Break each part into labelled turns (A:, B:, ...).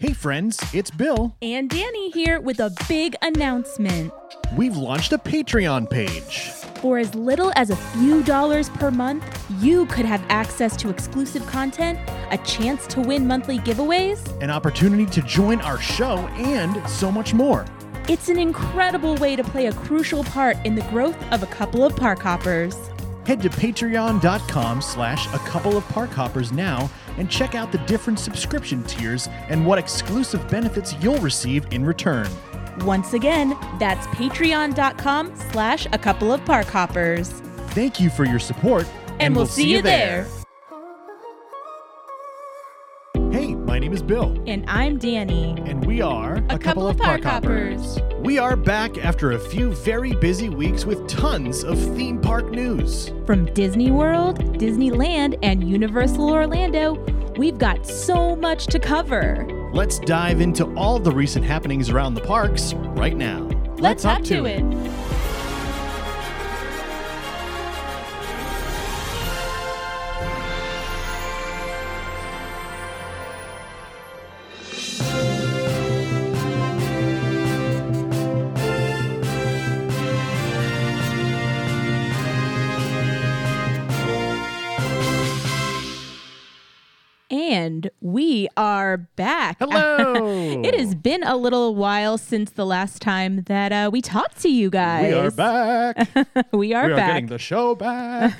A: Hey, friends, it's Bill.
B: And Danny here with a big announcement.
A: We've launched a Patreon page.
B: For as little as a few dollars per month, you could have access to exclusive content, a chance to win monthly giveaways.
A: An opportunity to join our show and so much more.
B: It's an incredible way to play a crucial part in the growth of a couple of park hoppers.
A: Head to patreon.com slash a couple of park hoppers now and check out the different subscription tiers and what exclusive benefits you'll receive in return.
B: Once again, that's patreon.com slash a couple of park hoppers.
A: Thank you for your support, and,
B: we'll see you there.
A: Hey, my name is Bill.
B: And I'm Danny.
A: And we are a,
B: couple of Park Hoppers.
A: We are back after a few very busy weeks with tons of theme park news.
B: From Disney World, Disneyland, and Universal Orlando, we've got so much to cover.
A: Let's dive into all the recent happenings around the parks right now.
B: Let's hop to it. And we are back.
A: Hello.
B: It has been a little while since the last time that uh, we talked to you guys.
A: We are back. we
B: we are
A: are
B: back.
A: getting the show back.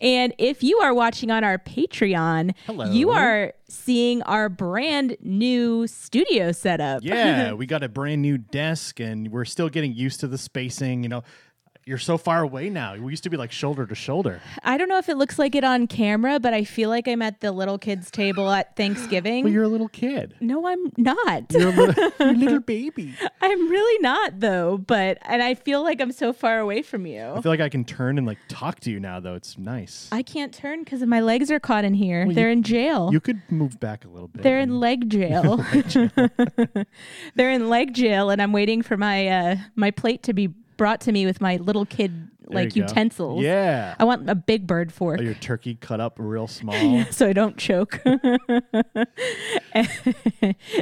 B: And if you are watching on our Patreon,
A: Hello.
B: you are seeing our brand new studio setup.
A: yeah, we got a brand new desk and we're still getting used to the spacing, you know. You're so far away now. We used to be like shoulder to shoulder.
B: I don't know if it looks like it on camera, but I feel like I'm at the little kids' table at Thanksgiving.
A: But you're a little kid.
B: no, I'm not.
A: You're a little, you're a little baby.
B: I'm really not though, but and I feel like I'm so far away from
A: I
B: you.
A: feel like I can turn and like talk to you now though. It's nice.
B: I can't turn because my legs are caught in here.
A: you-
B: They're in jail.
A: you could move back a little bit.
B: They're in
A: and-
B: leg jail. They're in leg jail, and I'm waiting for my uh, my plate to be brought to me with my little kid
A: There
B: like
A: you go.
B: utensils.
A: Yeah.
B: I want a big bird fork.
A: Or your turkey cut up real small.
B: so I don't choke,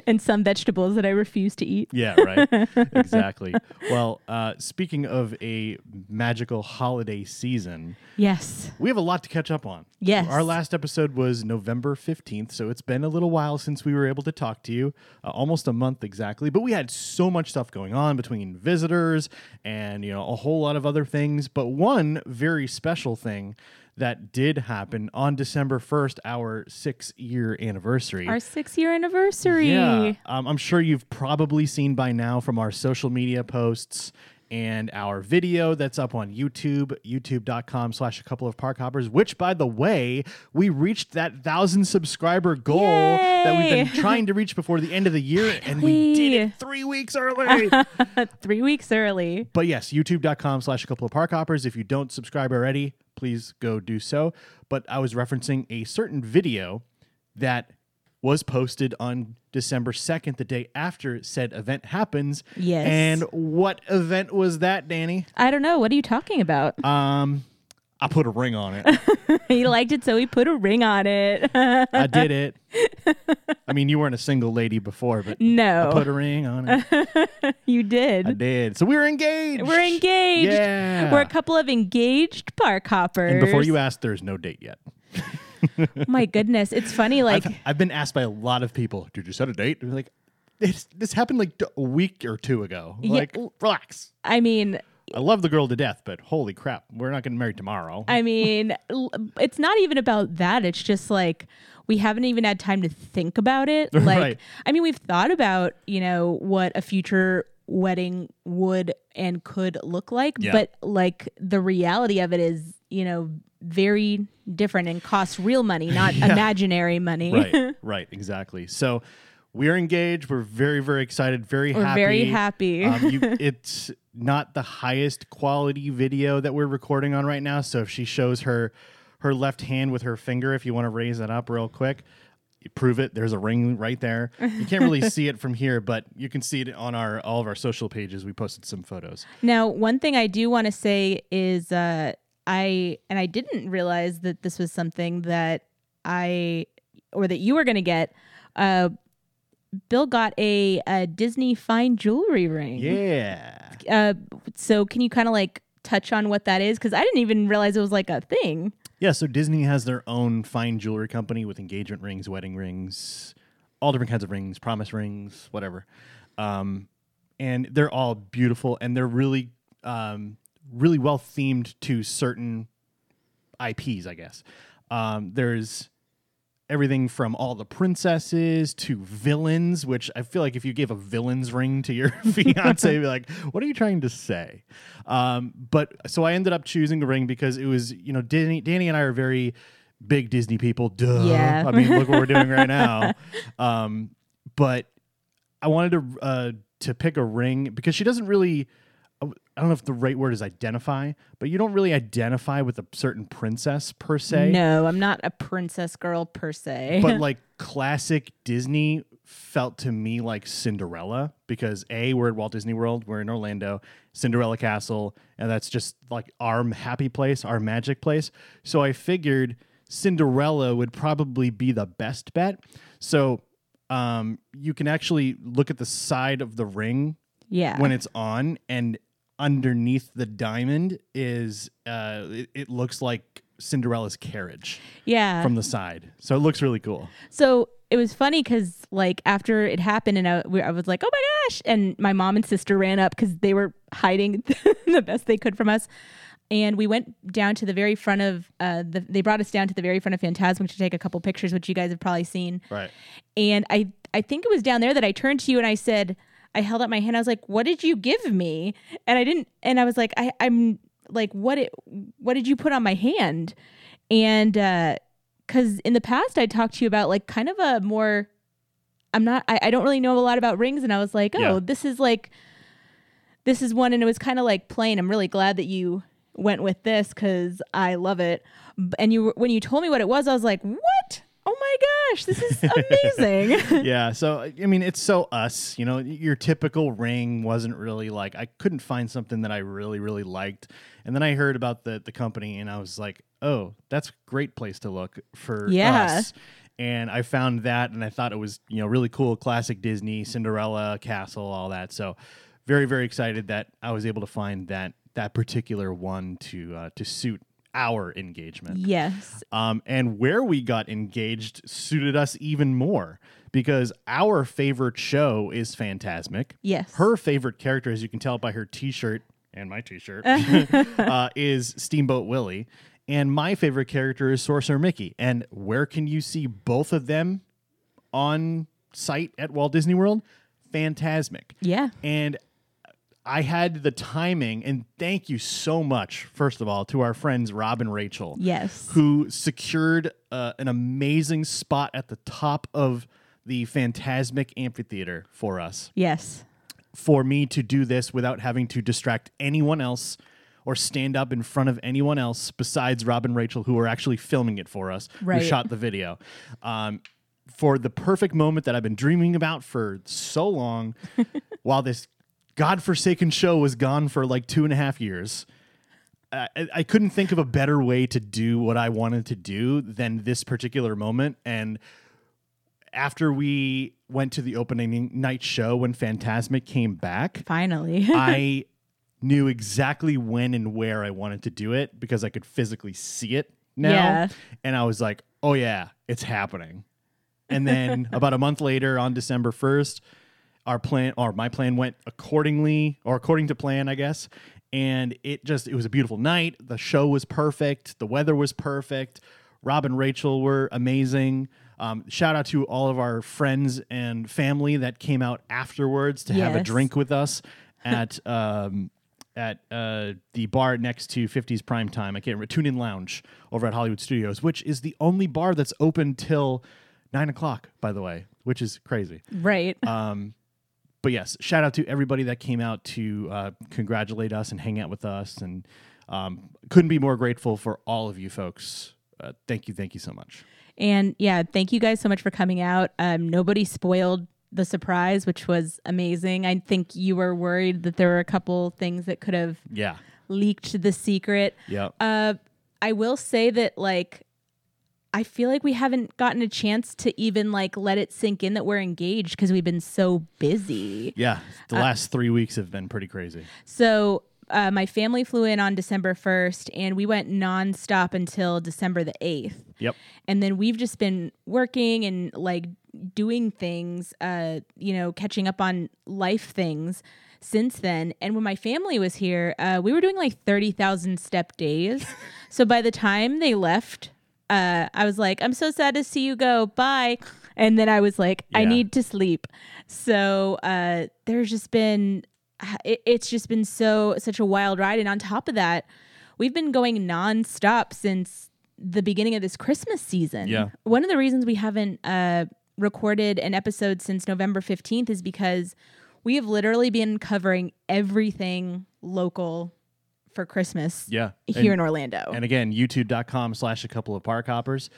B: and some vegetables that I refuse to eat.
A: yeah, right. exactly. Well, uh, speaking of a magical holiday season,
B: Yes,
A: we have a lot to catch up on.
B: Yes.
A: Our last episode was November 15th, so it's been a little while since we were able to talk to you, uh, almost a month exactly, but we had so much stuff going on between visitors and, you know, a whole lot of other things, but one very special thing that did happen on December 1st, our 6-year anniversary.
B: our six year anniversary.
A: Yeah. Um, I'm sure you've probably seen by now from our social media posts and our video that's up on YouTube, youtube.com slash a couple of park hoppers, which by the way, we reached that thousand subscriber goal that we've been
B: Yay!
A: trying to reach before the end of the year, and we did
B: Finally.
A: it three weeks early.
B: Three weeks early.
A: But yes, youtube.com slash a couple of park hoppers. If you don't subscribe already, please go do so. But I was referencing a certain video that was posted on December 2nd, the day after said event happens.
B: Yes.
A: And what event was that, Danny?
B: I don't know. What are you talking about?
A: Um, I put a ring on it.
B: he liked it, so he put a ring on it.
A: I did it. I mean, you weren't a single lady before, but I
B: no,
A: put a ring on it.
B: you
A: I
B: did.
A: did. So we were engaged.
B: We're engaged.
A: Yeah.
B: We're a couple of engaged park hoppers.
A: and before you ask, there's no date yet.
B: my goodness, it's funny. Like,
A: I've, I've been asked by a lot of people, did you set a date? And they're like, this, this happened like d- a week or two ago. Like, relax.
B: I mean,
A: I love the girl to death, but holy crap, we're not getting married tomorrow.
B: I mean, l- it's not even about that. It's just like we haven't even had time to think about it. Like,
A: Right.
B: I mean, we've thought about you know what a future wedding would and could look like,
A: Yeah.
B: but like the reality of it is, you know, very different and costs real money, not imaginary money.
A: right, right, exactly. So we're engaged. We're very, very excited. Very
B: We're
A: happy.
B: very happy.
A: um, you, it's not the highest quality video that we're recording on right now. So if she shows her her left hand with her finger, if you want to raise that up real quick, you prove it. There's a ring right there. You can't really see it from here, but you can see it on our all of our social pages. We posted some photos.
B: Now, one thing I do want to say is uh, I and I didn't realize that this was something that I or that you were going to get. Uh, Bill got a, a Disney fine jewelry ring.
A: Yeah.
B: Uh, so can you kind of like touch on what that is? Because I didn't even realize it was like a thing.
A: Yeah, so Disney has their own fine jewelry company with engagement rings, wedding rings, all different kinds of rings, promise rings, whatever. Um, and they're all beautiful and they're really, um, really well themed to certain IPs, I guess. Um, there's everything from all the princesses to villains, which I feel like if you gave a villain's ring to your fiance, you'd be like, what are you trying to say? Um, but so I ended up choosing a ring because it was, you know, Danny, Danny and I are very big Disney people. Duh.
B: Yeah.
A: I mean, look what we're doing right now. Um, but I wanted to uh, to pick a ring because she doesn't really. I don't know if the right word is identify, but you don't really identify with a certain princess per se
B: No, I'm not a princess girl per se.
A: but like classic Disney felt to me like Cinderella because a we're at Walt Disney World, we're in Orlando, Cinderella Castle, and that's just like our happy place, our magic place. So I figured Cinderella would probably be the best bet. So um, you can actually look at the side of the ring
B: yeah.
A: when it's on and underneath the diamond is uh it, it looks like cinderella's carriage
B: yeah.
A: from the side so it looks really cool
B: So it was funny because like after it happened, and I, we- I was like, "Oh my gosh!" And my mom and sister ran up because they were hiding the best they could from us. And we went down to the very front of uh, the. They brought us down to the very front of Phantasmic to take a couple pictures, which you guys have probably seen.
A: Right.
B: And I, I think it was down there that I turned to you and I said, I held up my hand. I was like, "What did you give me?" And I didn't. And I was like, I, "I'm like, what it, what did you put on my hand?" And because in the past I talked to you about like kind of a more, I'm not. I, I don't really know a lot about rings, and I was like, "Oh,
A: Yeah.
B: this is like, this is one." And it was kind of like plain. I'm really glad that you went with this because I love it. B- And you, were- when you told me what it was, I was like, "What? Oh my gosh, this is amazing!"
A: yeah. So, I mean, it's so us, you know, your typical ring wasn't really like, I couldn't find something that I really, really liked. And then I heard about the, the company and I was like, oh, that's a great place to look for
B: Yeah.
A: us. And I found that and I thought it was, you know, really cool, classic Disney, Cinderella, Castle, all that. So, very, very excited that I was able to find that that particular one to uh, to suit our engagement.
B: Yes.
A: Um, and where we got engaged suited us even more because our favorite show is Fantasmic.
B: Yes.
A: Her favorite character, as you can tell by her t shirt and my t shirt, uh, is Steamboat Willie. And my favorite character is Sorcerer Mickey. And where can you see both of them on site at Walt Disney World? Fantasmic.
B: Yeah.
A: And I had the timing, and thank you so much, first of all, to our friends Rob and Rachel
B: Yes.
A: who secured uh, an amazing spot at the top of the Fantasmic Amphitheater for us,
B: Yes.
A: for me to do this without having to distract anyone else or stand up in front of anyone else besides Rob and Rachel, who were actually filming it for us,
B: Right.
A: who shot the video. Um, for the perfect moment that I've been dreaming about for so long, while this godforsaken show was gone for like two and a half years. I, I couldn't think of a better way to do what I wanted to do than this particular moment. And after we went to the opening night show when Fantasmic came back,
B: Finally.
A: I knew exactly when and where I wanted to do it because I could physically see it now.
B: Yeah.
A: And I was like, oh, yeah, it's happening. And then about a month later on December 1st, our plan or my plan went accordingly or according to plan, I guess. And it just it was a beautiful night. The show was perfect. The weather was perfect. Rob and Rachel were amazing. Um, shout out to all of our friends and family that came out afterwards to have a
B: Yes.
A: drink with us at um, at uh, the bar next to 50s Prime Time. I can't remember. Tune In Lounge over at Hollywood Studios, which is the only bar that's open till nine o'clock, by the way, which is crazy.
B: right.
A: uh, But yes, shout out to everybody that came out to uh, congratulate us and hang out with us. And um, couldn't be more grateful for all of you folks. Uh, thank you. Thank you so much.
B: And yeah, thank you guys so much for coming out. Um, nobody spoiled the surprise, which was amazing. I think you were worried that there were a couple things that could have
A: Yeah.
B: leaked the secret.
A: Yeah.
B: Uh, I will say that, like, I feel like we haven't gotten a chance to even like let it sink in that we're engaged because we've been so busy.
A: Yeah, the last three weeks have been pretty crazy.
B: So uh, my family flew in on December 1st and we went nonstop until December the 8th.
A: Yep.
B: And then we've just been working and like doing things, uh, you know, catching up on life things since then. And when my family was here, uh, we were doing like 30,000 step days. so by the time they left, uh, I was like, I'm so sad to see you go. Bye. And then I was like, I
A: Yeah.
B: need to sleep. So uh, there's just been, it, it's just been so, such a wild ride. And on top of that, we've been going nonstop since the beginning of this Christmas season.
A: Yeah.
B: One of the reasons we haven't uh, recorded an episode since November 15th is because we have literally been covering everything local for Christmas
A: Yeah.
B: here
A: and,
B: in Orlando.
A: and again, youtube.com slash a couple of park hoppers.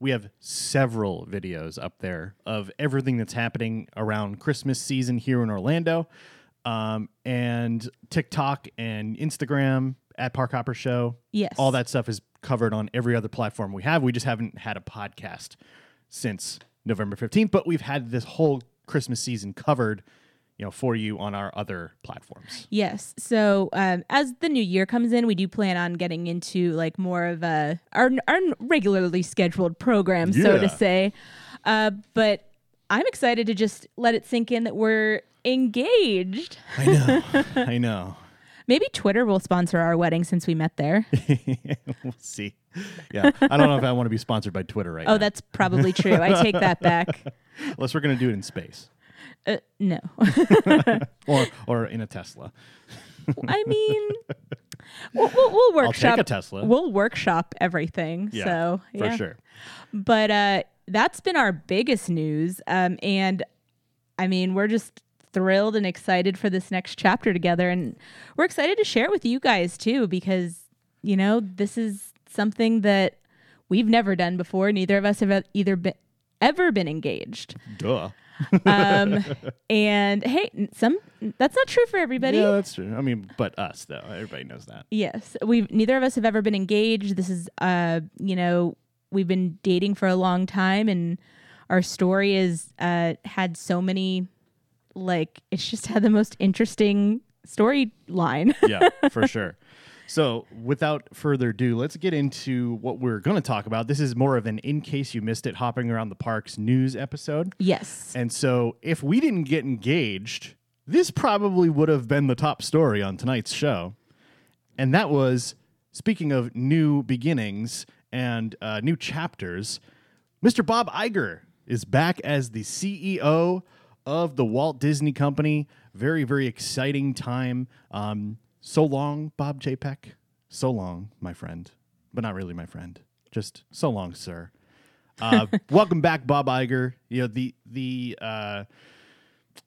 A: We have several videos up there of everything that's happening around Christmas season here in Orlando. Um, and TikTok and Instagram at Park Hopper Show.
B: yes.
A: All that stuff is covered on every other platform we have. We just haven't had a podcast since November 15th, but we've had this whole Christmas season covered, you know, for you on our other platforms.
B: Yes. So um, as the new year comes in, we do plan on getting into like more of a our, our regularly scheduled program, so
A: Yeah.
B: to say. Uh, but I'm excited to just let it sink in that we're engaged.
A: I know. I know.
B: Maybe Twitter will sponsor our wedding since we met there.
A: we'll see. Yeah, I don't know if I want to be sponsored by Twitter right
B: Oh,
A: now,
B: that's probably true. I take that back.
A: unless we're going to do it in space
B: Uh, no.
A: or or in a Tesla.
B: I mean, we'll, we'll, we'll
A: I'll
B: workshop.
A: take a Tesla.
B: We'll workshop everything.
A: yeah,
B: so yeah.
A: for sure.
B: But uh, that's been our biggest news. Um, and I mean, we're just thrilled and excited for this next chapter together. And we're excited to share it with you guys too, because, you know, this is something that we've never done before. Neither of us have e- either been, ever been engaged.
A: Duh.
B: Um, and hey, n- some that's not true for everybody.
A: Yeah, that's true. I mean, but us though, everybody knows that.
B: Yes, we've neither of us have ever been engaged. This is, uh, you know, we've been dating for a long time, and our story is uh, had so many, like, it's just had the most interesting storyline.
A: Yeah, for sure. So, without further ado, let's get into what we're going to talk about. This is more of an in case you missed it, hopping around the parks news episode.
B: yes,
A: And so, if we didn't get engaged, this probably would have been the top story on tonight's show. And that was speaking of new beginnings and uh, new chapters, Mr. Bob Iger is back as the CEO of the Walt Disney Company. Very, very exciting time. Um, so long, Bob J. Peck. So long, my friend. But not really my friend. Just so long, sir. Uh, welcome back, Bob Iger. You know the the uh,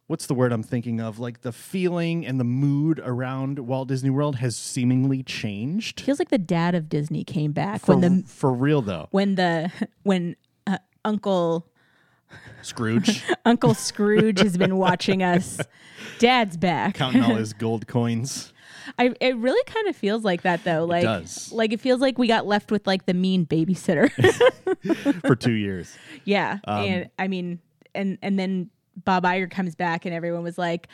A: what's the word I'm thinking of? Like the feeling and the mood around Walt Disney World has seemingly changed.
B: feels like the dad of Disney came back
A: For,
B: when the
A: for real though,
B: when the when uh, Uncle
A: Scrooge
B: Uncle Scrooge has been watching us. Dad's back.
A: counting all his gold coins.
B: I it really kind of feels like that though. Like
A: does.
B: like it feels like we got left with like the mean babysitter.
A: for two years.
B: Yeah, and I mean, and and then Bob Iger comes back, and everyone was like,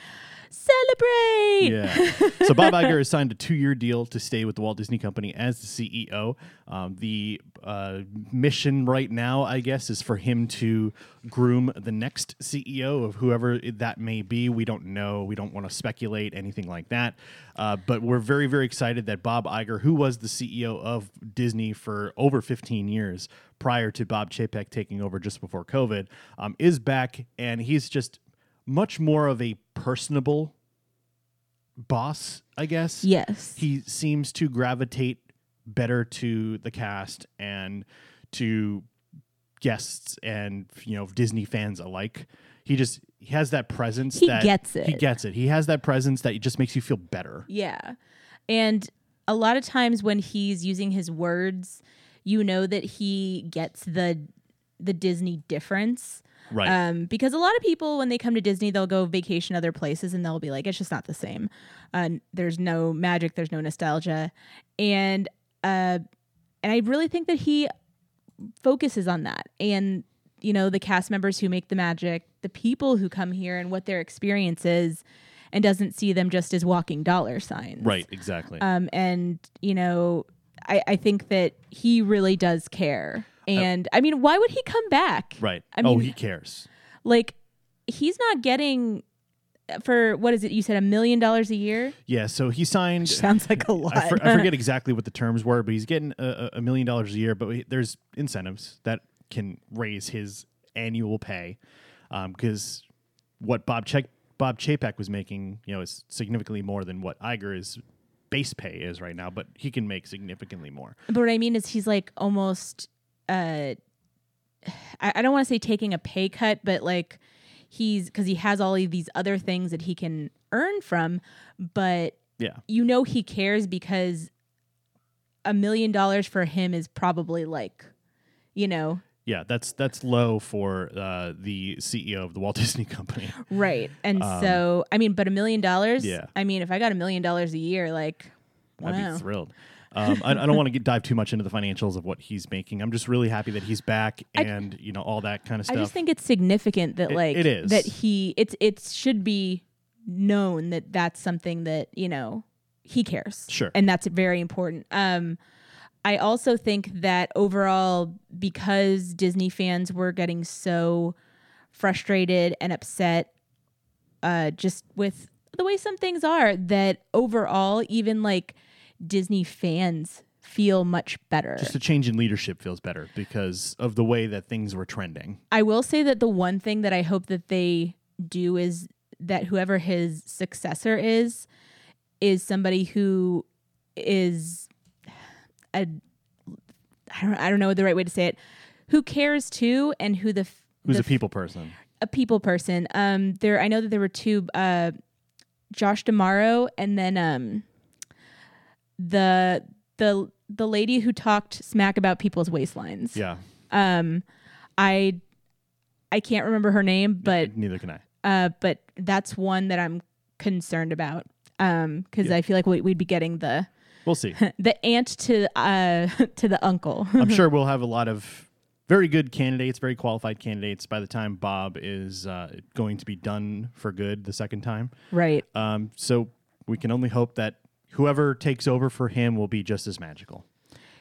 B: "Celebrate!"
A: Yeah. So Bob Iger has signed a two-year deal to stay with the Walt Disney Company as the CEO. Um, the uh, mission right now, I guess, is for him to groom the next CEO of whoever that may be. We don't know. We don't want to speculate anything like that. Uh, but we're very, very excited that Bob Iger, who was the CEO of Disney for over 15 years prior to Bob Chapek taking over just before COVID, um, is back, and he's just much more of a personable boss, I guess.
B: Yes.
A: He seems to gravitate better to the cast and to guests and you know Disney fans alike. He just he has that presence
B: He
A: that
B: gets
A: He
B: it.
A: gets it. He has that presence that just makes you feel better.
B: yeah, and a lot of times when he's using his words, you know that he gets the the Disney difference.
A: Right.
B: Um, because a lot of people, when they come to Disney, they'll go vacation other places and they'll be like, it's just not the same. Uh, there's no magic, there's no nostalgia, and uh, and I really think that he focuses on that and you know the cast members who make the magic the people who come here and what their experience is and doesn't see them just as walking dollar signs
A: Right, exactly.
B: um and you know i i think that he really does care and i mean why would he come back
A: right.
B: I
A: oh,
B: mean-
A: he cares.
B: like he's not getting for what is it you said a million dollars a year
A: Yeah, so he signed
B: sounds like a lot
A: I, for, I forget exactly what the terms were, but he's getting a, a- a million dollars a year. But he- there's incentives that can raise his annual pay because what Bob Chek Bob Chapek was making, you know, is significantly more than what Iger's base pay is right now. But he can make significantly more.
B: But what I mean is he's like almost uh I, I don't want to say taking a pay cut, but like he's because he has all of these other things that he can earn from, but
A: Yeah,
B: you know he cares because a million dollars for him is probably like you know
A: yeah, that's that's low for uh, the CEO of the Walt Disney Company.
B: right and
A: Um,
B: so i mean but a million dollars
A: Yeah.
B: i mean if i got a million dollars a year like
A: I'd
B: wow.
A: be thrilled. Um, I, I don't want to dive too much into the financials of what he's making. I'm just really happy that he's back and you know all that kind of
B: I
A: stuff.
B: just think it's significant that
A: It-
B: like
A: it is.
B: that he it's it should be known that that's something that you know he cares.
A: Sure.
B: and that's very important. Um, I also think that overall, because Disney fans were getting so frustrated and upset, uh, just with the way some things are, that overall, even like Disney fans feel much better.
A: just a change in leadership feels better because of the way that things were trending.
B: I will say that the one thing that I hope that they do is that whoever his successor is is somebody who is a I don't I don't know the right way to say it who cares too and who the f-
A: Who's
B: the
A: a people person?
B: a people person. Um, there I know that there were two, uh, Josh Damaro and then um, the the the lady who talked smack about people's waistlines.
A: Yeah,
B: Um, I I can't remember her name, but
A: neither can I.
B: uh, but that's one that I'm concerned about. Um, because
A: Yeah.
B: I feel like we, we'd be getting the
A: We'll see.
B: the aunt to uh to the uncle.
A: I'm sure we'll have a lot of very good candidates, very qualified candidates by the time Bob is uh, going to be done for good the second time.
B: right.
A: Um, so we can only hope that whoever takes over for him will be just as magical.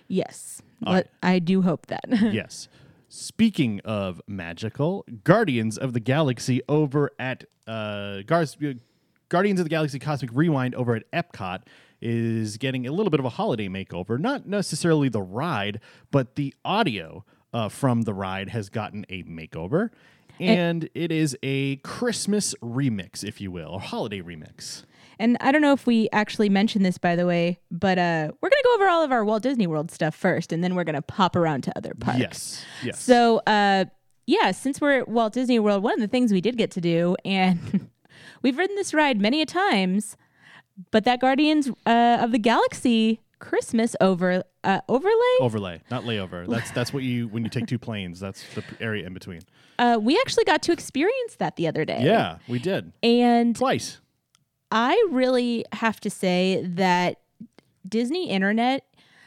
B: Yes.
A: All
B: Let- I do hope that.
A: yes. Speaking of magical, Guardians of the Galaxy over at uh, Gar- Guardians of the Galaxy Cosmic Rewind over at Epcot is getting a little bit of a holiday makeover. Not necessarily the ride, but the audio uh, from the ride has gotten a makeover. And it is a Christmas remix, if you will, or holiday remix.
B: And I don't know if we actually mentioned this, by the way, but uh, we're going to go over all of our Walt Disney World stuff first, and then we're going to pop around to other parks.
A: Yes. Yes.
B: So, uh, yeah, since we're at Walt Disney World, one of the things we did get to do, and we've ridden this ride many a times, but that Guardians uh, of the Galaxy Christmas over uh, overlay,
A: Overlay, not layover. That's that's what you when you take two planes. That's the p- area in between.
B: uh, we actually got to experience that the other day.
A: Yeah, we did.
B: And
A: Twice.
B: I really have to say that Disney Internet,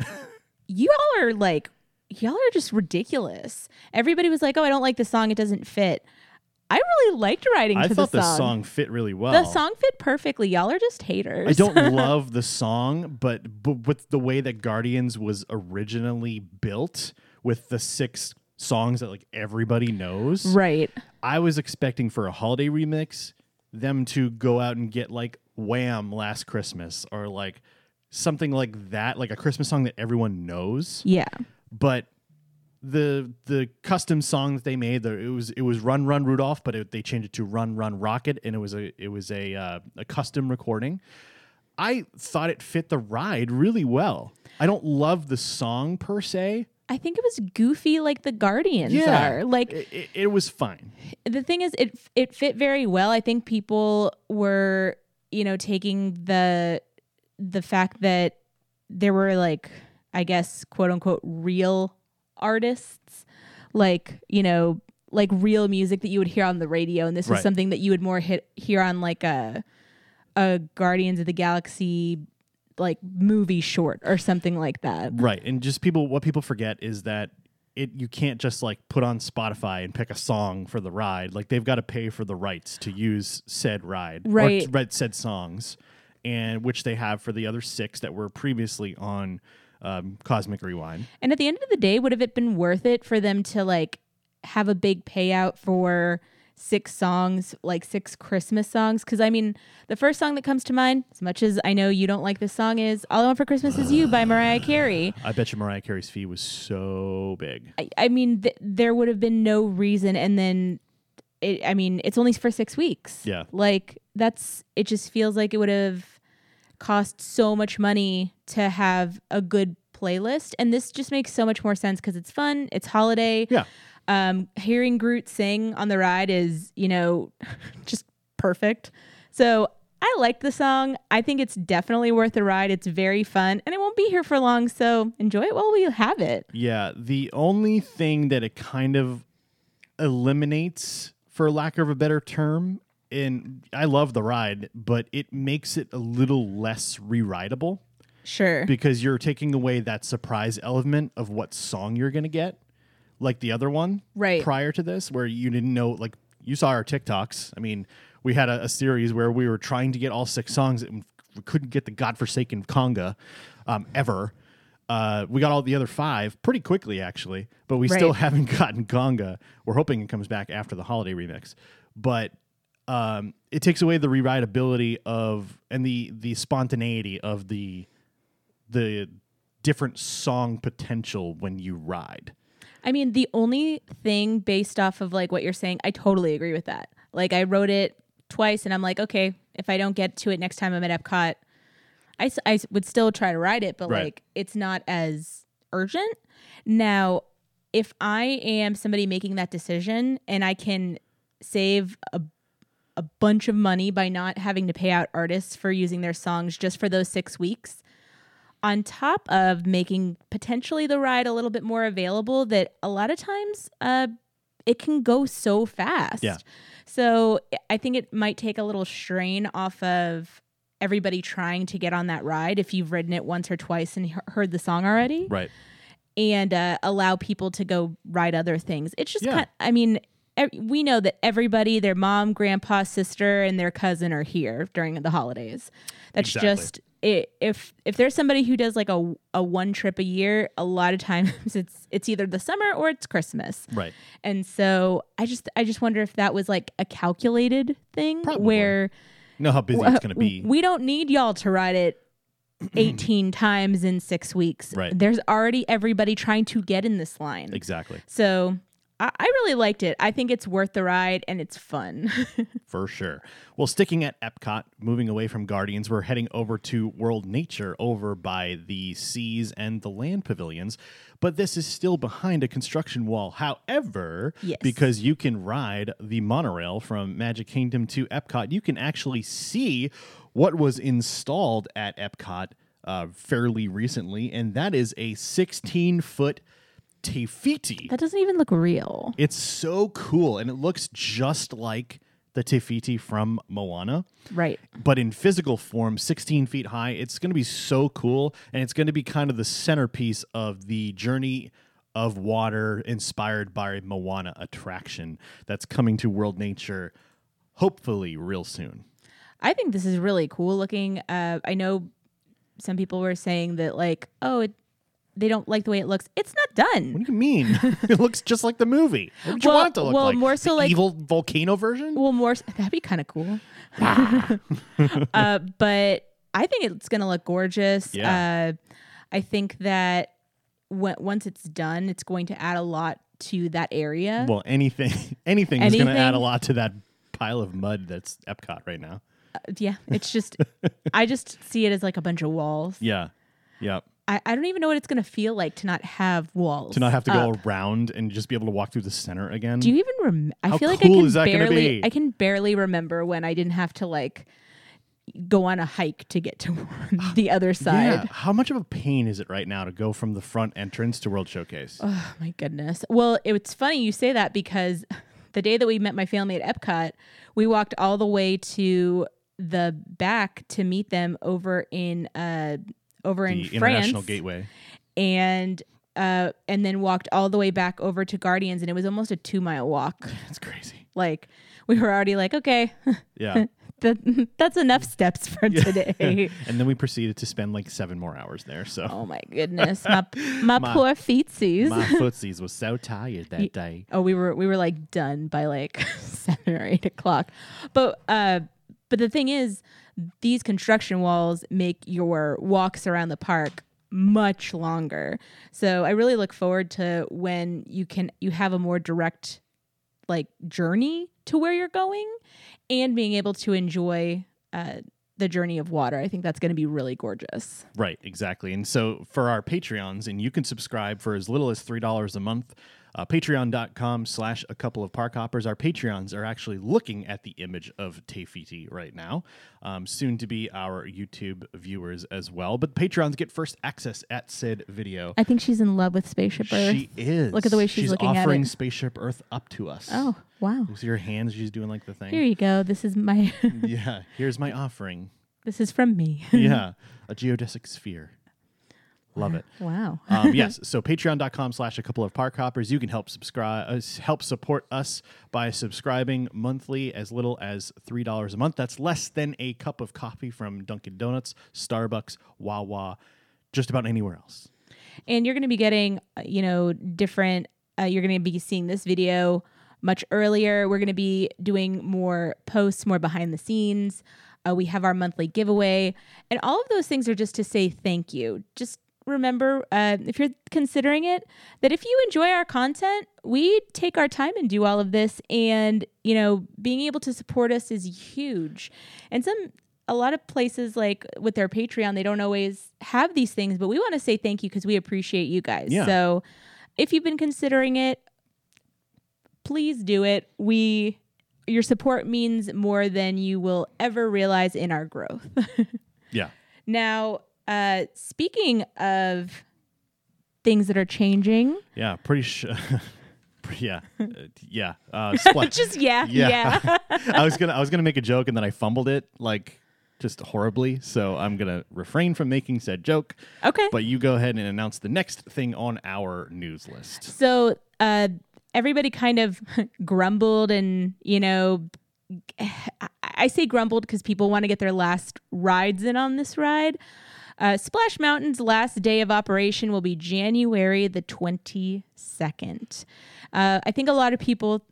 B: you all are like, y'all are just ridiculous. Everybody was like, oh, I don't like the song. It doesn't fit. I really liked writing
A: I
B: to
A: thought
B: the
A: the
B: song.
A: song fit really well.
B: The song fit perfectly. Y'all are just haters.
A: Oh. I don't love the song, but, but with the way that Guardians was originally built, with the six songs that like everybody knows,
B: Right.
A: I was expecting for a holiday remix them to go out and get like Wham Last Christmas or like something like that, like a Christmas song that everyone knows.
B: Yeah.
A: but the the custom song that they made the, it was it was run run rudolph but it, they changed it to run run rocket and it was a it was a uh, a custom recording i thought it fit the ride really well i don't love the song per se
B: I think it was goofy like the Guardians
A: Yeah.
B: are. Like
A: it, it, it was fine
B: the thing is it it fit very well. I think people were, you know, taking the the fact that there were like I guess quote unquote real artists like, you know, like real music that you would hear on the radio and this was
A: Right.
B: something that you would more hit hear on like a a Guardians of the Galaxy like movie short or something like that.
A: right and just people what people forget is that it you can't just like put on Spotify and pick a song for the ride. Like they've got to pay for the rights to use said ride or
B: Right.
A: t- right said songs, and which they have for the other six that were previously on um, Cosmic Rewind.
B: And at the end of the day, would have it been worth it for them to like have a big payout for six songs, like six Christmas songs? Because I mean, the first song that comes to mind, as much as I know you don't like this song, is "All I Want for Christmas Is You" by Mariah Carey.
A: I bet you Mariah Carey's fee was so big.
B: I, I mean, th- there would have been no reason, and then. It, I mean, it's only for six weeks.
A: Yeah.
B: Like, that's, it just feels like it would have cost so much money to have a good playlist. And this just makes so much more sense because it's fun, it's holiday.
A: Yeah.
B: Um, hearing Groot sing on the ride is, you know, just perfect. So I like the song. I think it's definitely worth the ride. It's very fun and it won't be here for long. So enjoy it while we have it.
A: Yeah, the only thing that it kind of eliminates, for lack of a better term, and I love the ride, but it makes it a little less re-rideable
B: Sure.
A: because you're taking away that surprise element of what song you're gonna get, like the other one,
B: Right.
A: Prior to this, where you didn't know, like you saw our TikToks. I mean, we had a, a series where we were trying to get all six songs, and we couldn't get the godforsaken conga um, ever. Uh, we got all the other five pretty quickly, actually, but we still
B: Right.
A: haven't gotten Conga. We're hoping it comes back after the holiday remix, but um, it takes away the rewritability of and the the spontaneity of the the different song potential when you ride.
B: I mean, the only thing based off of like what you're saying, I totally agree with that. Like I wrote it twice and I'm like, okay, if I don't get to it next time I'm at Epcot, I, s- I s- would still try to ride it, but
A: Right.
B: like it's not as urgent. Now, if I am somebody making that decision and I can save a a bunch of money by not having to pay out artists for using their songs just for those 6 weeks, on top of making potentially the ride a little bit more available that a lot of times uh, it can go so fast.
A: Yeah.
B: So I- I think it might take a little strain off of everybody trying to get on that ride if you've ridden it once or twice and he- heard the song already
A: Right.
B: and uh, allow people to go ride other things. It's just
A: Yeah.
B: kind I mean, ev- we know that everybody, their mom, grandpa, sister, and their cousin are here during the holidays. That's
A: Exactly.
B: just i if if there's somebody who does like a a one trip a year, a lot of times it's it's either the summer or it's Christmas.
A: Right.
B: And so I just I just wonder if that was like a calculated thing
A: Probably.
B: where
A: Know how busy it's going to be.
B: Uh, we don't need y'all to ride it 18 times in six weeks.
A: Right.
B: There's already everybody trying to get in this line.
A: exactly.
B: So I, I really liked it. I think it's worth the ride and it's fun.
A: For sure. Well, sticking at Epcot, moving away from Guardians, we're heading over to World Nature over by the seas and the land pavilions. But this is still behind a construction wall. However,
B: Yes.
A: because you can ride the monorail from Magic Kingdom to Epcot, you can actually see what was installed at Epcot uh, fairly recently, and that is a 16 foot Tefiti.
B: that doesn't even look real.
A: It's so cool, and it looks just like the Tefiti from Moana,
B: Right.
A: but in physical form, 16 feet high. It's going to be so cool, and it's going to be kind of the centerpiece of the journey of water inspired by Moana attraction that's coming to World Nature, hopefully, real soon.
B: I think this is really cool looking. Uh, I know some people were saying that like, oh, it, they don't like the way it looks. It's not done.
A: What do you mean? it looks just like the movie. What would you
B: Well-
A: want it to look
B: well,
A: like?
B: more so
A: The
B: like-
A: evil volcano version?
B: Well, more s- that'd be kind of cool. uh, but I think it's gonna look gorgeous.
A: Yeah.
B: Uh, I think that w- once it's done, it's going to add a lot to that area.
A: Well, anything, anything is going to add
B: Anything?
A: a lot to that pile of mud that's Epcot right now.
B: yeah, it's just I just see it as like a bunch of walls.
A: Yeah. Yeah.
B: I, I don't even know what it's gonna feel like to not have walls.
A: To not have to
B: up.
A: go around and just be able to walk through the center again.
B: Uh, Do you even remember? I
A: How
B: feel like I
A: cool
B: can
A: is that gonna
B: barely
A: be?
B: I can barely remember when I didn't have to like go on a hike to get to the other side.
A: yeah. How much of a pain is it right now to go from the front entrance to World Showcase?
B: Oh my goodness. Well, it- it's funny you say that because the day that we met my family at Epcot, we walked all the way to the back to meet them over in uh over
A: the
B: in
A: International
B: France
A: Gateway.
B: and uh, and then walked all the way back over to Guardians, and it was almost a two mile walk.
A: That's crazy.
B: Like we were already like, okay,
A: Yeah.
B: that, that's enough steps for today.
A: and then we proceeded to spend like seven more hours there. So
B: oh my goodness, my my,
A: My-
B: poor feetsies.
A: my footsies was so tired that day.
B: oh, we were we were like done by like seven or eight o'clock, but uh, but the thing is, these construction walls make your walks around the park much longer. So I really look forward to when you can you have a more direct like journey to where you're going and being able to enjoy uh, the journey of water. I think that's going to be really gorgeous.
A: Right, exactly. And so for our Patreons, and you can subscribe for as little as $3 a month, uh, patreon.com slash a couple of park hoppers. Our Patreons are actually looking at the image of Tefiti right now, um, soon to be our YouTube viewers as well. But Patreons get first access at said video.
B: I think she's in love with Spaceship Earth.
A: She is.
B: Look at the way she's looking at it.
A: offering Spaceship Earth up to us.
B: oh wow!
A: You see her hands, she's doing like the thing.
B: Here you go. This is my
A: yeah, here's my offering.
B: This is from me.
A: yeah, a geodesic sphere. Love it.
B: wow.
A: um, yes so patreon.com slash a couple of park hoppers you can help subscribe uh, s- help support us by subscribing monthly as little as three dollars a month that's less than a cup of coffee from dunkin donuts starbucks wawa just about anywhere else
B: And you're going to be getting, uh, you know, different, uh, you're going to be seeing this video much earlier. We're going to be doing more posts, more behind the scenes. Uh, we have our monthly giveaway. And all of those things are just to say thank you. Just remember, uh, if you're considering it, that if you enjoy our content, we take our time and do all of this. And, you know, being able to support us is huge. And some, a lot of places like with their Patreon, they don't always have these things, but we want to say thank you because we appreciate you guys.
A: Yeah.
B: So if you've been considering it, please do it. We your support means more than you will ever realize in our growth.
A: yeah
B: now, uh speaking of things that are changing,
A: yeah pretty sure yeah uh, yeah uh, splat-
B: just yeah, yeah.
A: Yeah. I was gonna I was gonna make a joke and then I fumbled it like just horribly. So I'm gonna refrain from making said joke.
B: okay.
A: But you go ahead and announce the next thing on our news list.
B: So uh, everybody kind of grumbled and, you know, I- I say grumbled because people want to get their last rides in on this ride. Uh, Splash Mountain's last day of operation will be January the 22nd. Uh, I think a lot of people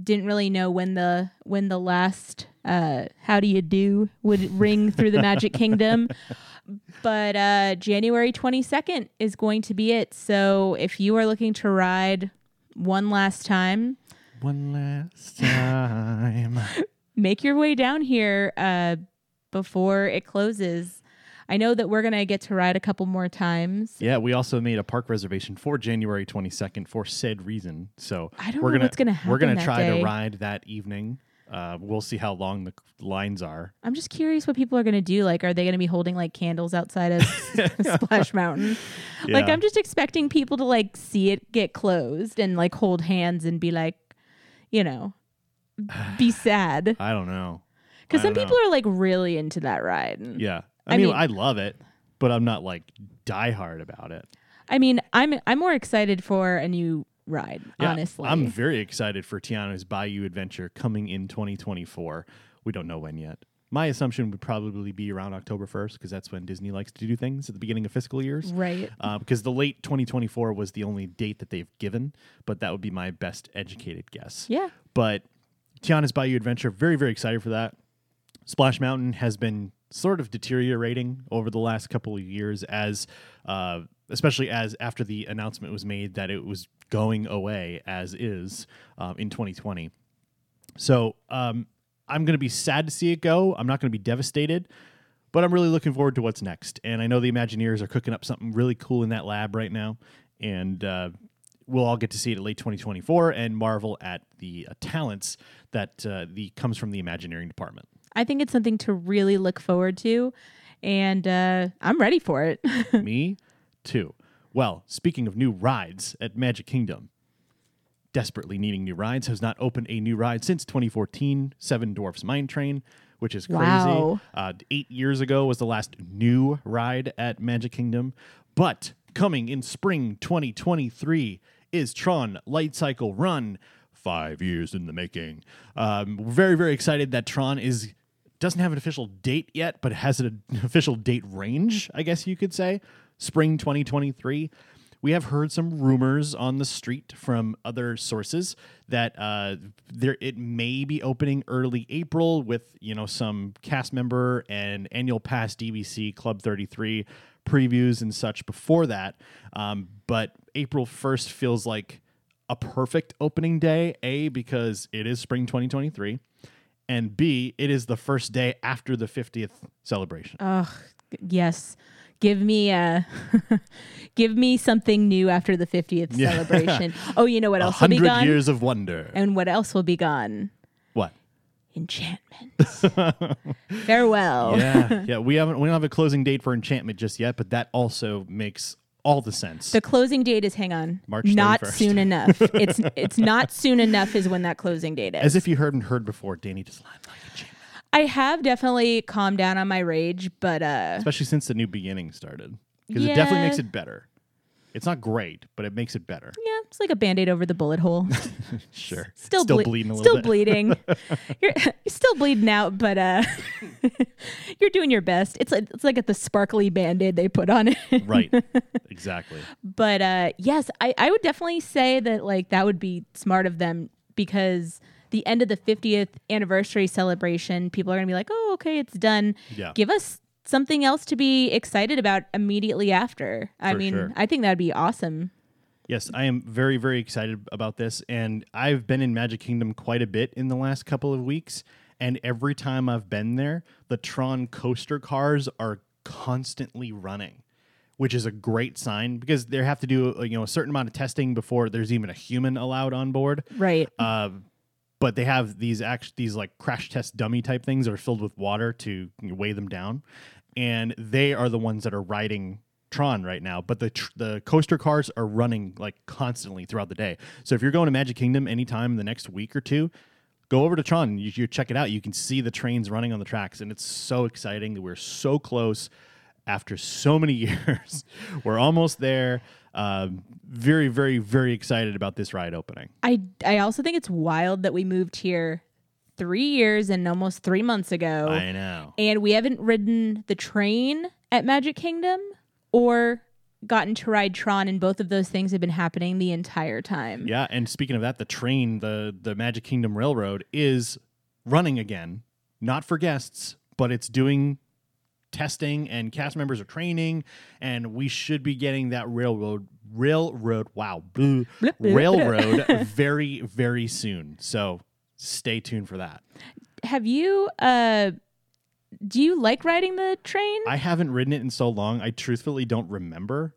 B: didn't really know when the when the last uh, how do you do would ring through the Magic Kingdom, but uh, January 22nd is going to be it. So if you are looking to ride one last time,
A: One last time.
B: make your way down here uh, before it closes. I know that we're going to get to ride a couple more times.
A: yeah, we also made a park reservation for January 22nd for said reason. So
B: I don't
A: we're
B: know
A: gonna
B: what's gonna
A: we're
B: happen
A: gonna
B: that
A: try
B: day.
A: to ride that evening. Uh, we'll see how long the lines are.
B: I'm just curious what people are going to do. Like, are they going to be holding like candles outside of Splash Mountain? Like,
A: Yeah.
B: I'm just expecting people to like see it get closed and like hold hands and be like, you know, be sad.
A: I don't know.
B: Because
A: I
B: some
A: don't
B: people are like really into that ride.
A: Yeah. I,
B: I
A: mean,
B: mean-
A: I love it, but I'm not like diehard about it.
B: I mean, I'm I'm more excited for a new ride,
A: Yeah,
B: honestly.
A: I'm very excited for Tiana's Bayou Adventure coming in 2024. We don't know when yet. My assumption would probably be around October 1st because that's when Disney likes to do things at the beginning of fiscal years.
B: right.
A: Uh, because the late 2024 was the only date that they've given, but that would be my best educated guess.
B: Yeah.
A: But Tiana's Bayou Adventure, very, very excited for that. Splash Mountain has been sort of deteriorating over the last couple of years, as uh, especially as after the announcement was made that it was going away as is um, in 2020. So um, I'm going to be sad to see it go. I'm not going to be devastated, but I'm really looking forward to what's next. And I know the Imagineers are cooking up something really cool in that lab right now, and uh, we'll all get to see it at late 2024 and marvel at the uh, talents that uh, the comes from the Imagineering department.
B: I think it's something to really look forward to, and uh, I'm ready for it.
A: Me too. Well, speaking of new rides at Magic Kingdom, desperately needing new rides, has not opened a new ride since 2014, Seven Dwarfs Mine Train, which is crazy.
B: Wow.
A: Uh, eight years ago was the last new ride at Magic Kingdom, but Coming in spring 2023 is Tron Light Cycle Run. Five years in the making. Um, we're very, very excited that Tron is doesn't have an official date yet, but has an official date range, I guess you could say, spring 2023. We have heard some rumors on the street from other sources that uh, there it may be opening early April with you know some cast member and annual pass DBC Club 33 previews and such before that. Um, but April 1st feels like a perfect opening day, a because it is spring 2023 and B, it is the first day after the 50th celebration.
B: Ugh, yes. Give me a, give me something new after the 50th
A: Yeah.
B: celebration. Oh, you know what
A: A
B: else will be
A: hundred
B: gone?
A: years of wonder.
B: And what else will be gone?
A: what?
B: Enchantment. Farewell.
A: Yeah, yeah. We haven't we don't have a closing date for Enchantment just yet, but that also makes all the sense.
B: The closing date is hang on.
A: March
B: Not
A: 31st.
B: soon enough. it's it's not soon enough is when that closing date is.
A: As if you hadn't heard before, Danny does not like Enchantment,
B: I have definitely calmed down on my rage, but uh
A: especially since the new beginning started, because it definitely
B: Yeah.
A: makes it better. It's not great, but it makes it better.
B: yeah, it's like a band-aid over the bullet hole.
A: Sure,
B: Still, ble-
A: bleeding a little
B: still
A: bit.
B: bleeding. You're, you're still bleeding out, but uh you're doing your best. It's like it's like at the sparkly band-aid they put on it.
A: right, exactly.
B: but uh yes I, I would definitely say that like that would be smart of them because the end of the 50th anniversary celebration people are gonna be like oh okay it's done
A: Yeah.
B: give us something else to be excited about immediately after i
A: For
B: mean
A: sure.
B: i think that'd be awesome
A: Yes, I am very, very excited about this. And I've been in Magic Kingdom quite a bit in the last couple of weeks. And every time I've been there, the Tron coaster cars are constantly running, which is a great sign because they have to do uh, you know a certain amount of testing before there's even a human allowed on board.
B: right
A: Uh, but they have these act- these like crash test dummy type things that are filled with water to you know, weigh them down, and they are the ones that are riding Tron right now. But the tr- the coaster cars are running like constantly throughout the day. So if you're going to Magic Kingdom anytime in the next week or two. Go over to Tron. You, you check it out. You can see the trains running on the tracks, and it's so exciting. that We're so close after so many years. We're almost there. Um, very, very, very excited about this ride opening.
B: i i also think it's wild that we moved here three years and almost three months ago
A: I know.
B: and we haven't ridden the train at Magic Kingdom or gotten to ride Tron, and both of those things have been happening the entire time.
A: Yeah, and speaking of that, the train, the the Magic Kingdom Railroad is running again, not for guests, but it's doing testing and cast members are training and we should be getting that railroad railroad wow bleh,
B: Blip, blip,
A: railroad very very soon so stay tuned for that
B: Have you? Uh, do you like riding the train?
A: i haven't ridden it in so long i truthfully don't remember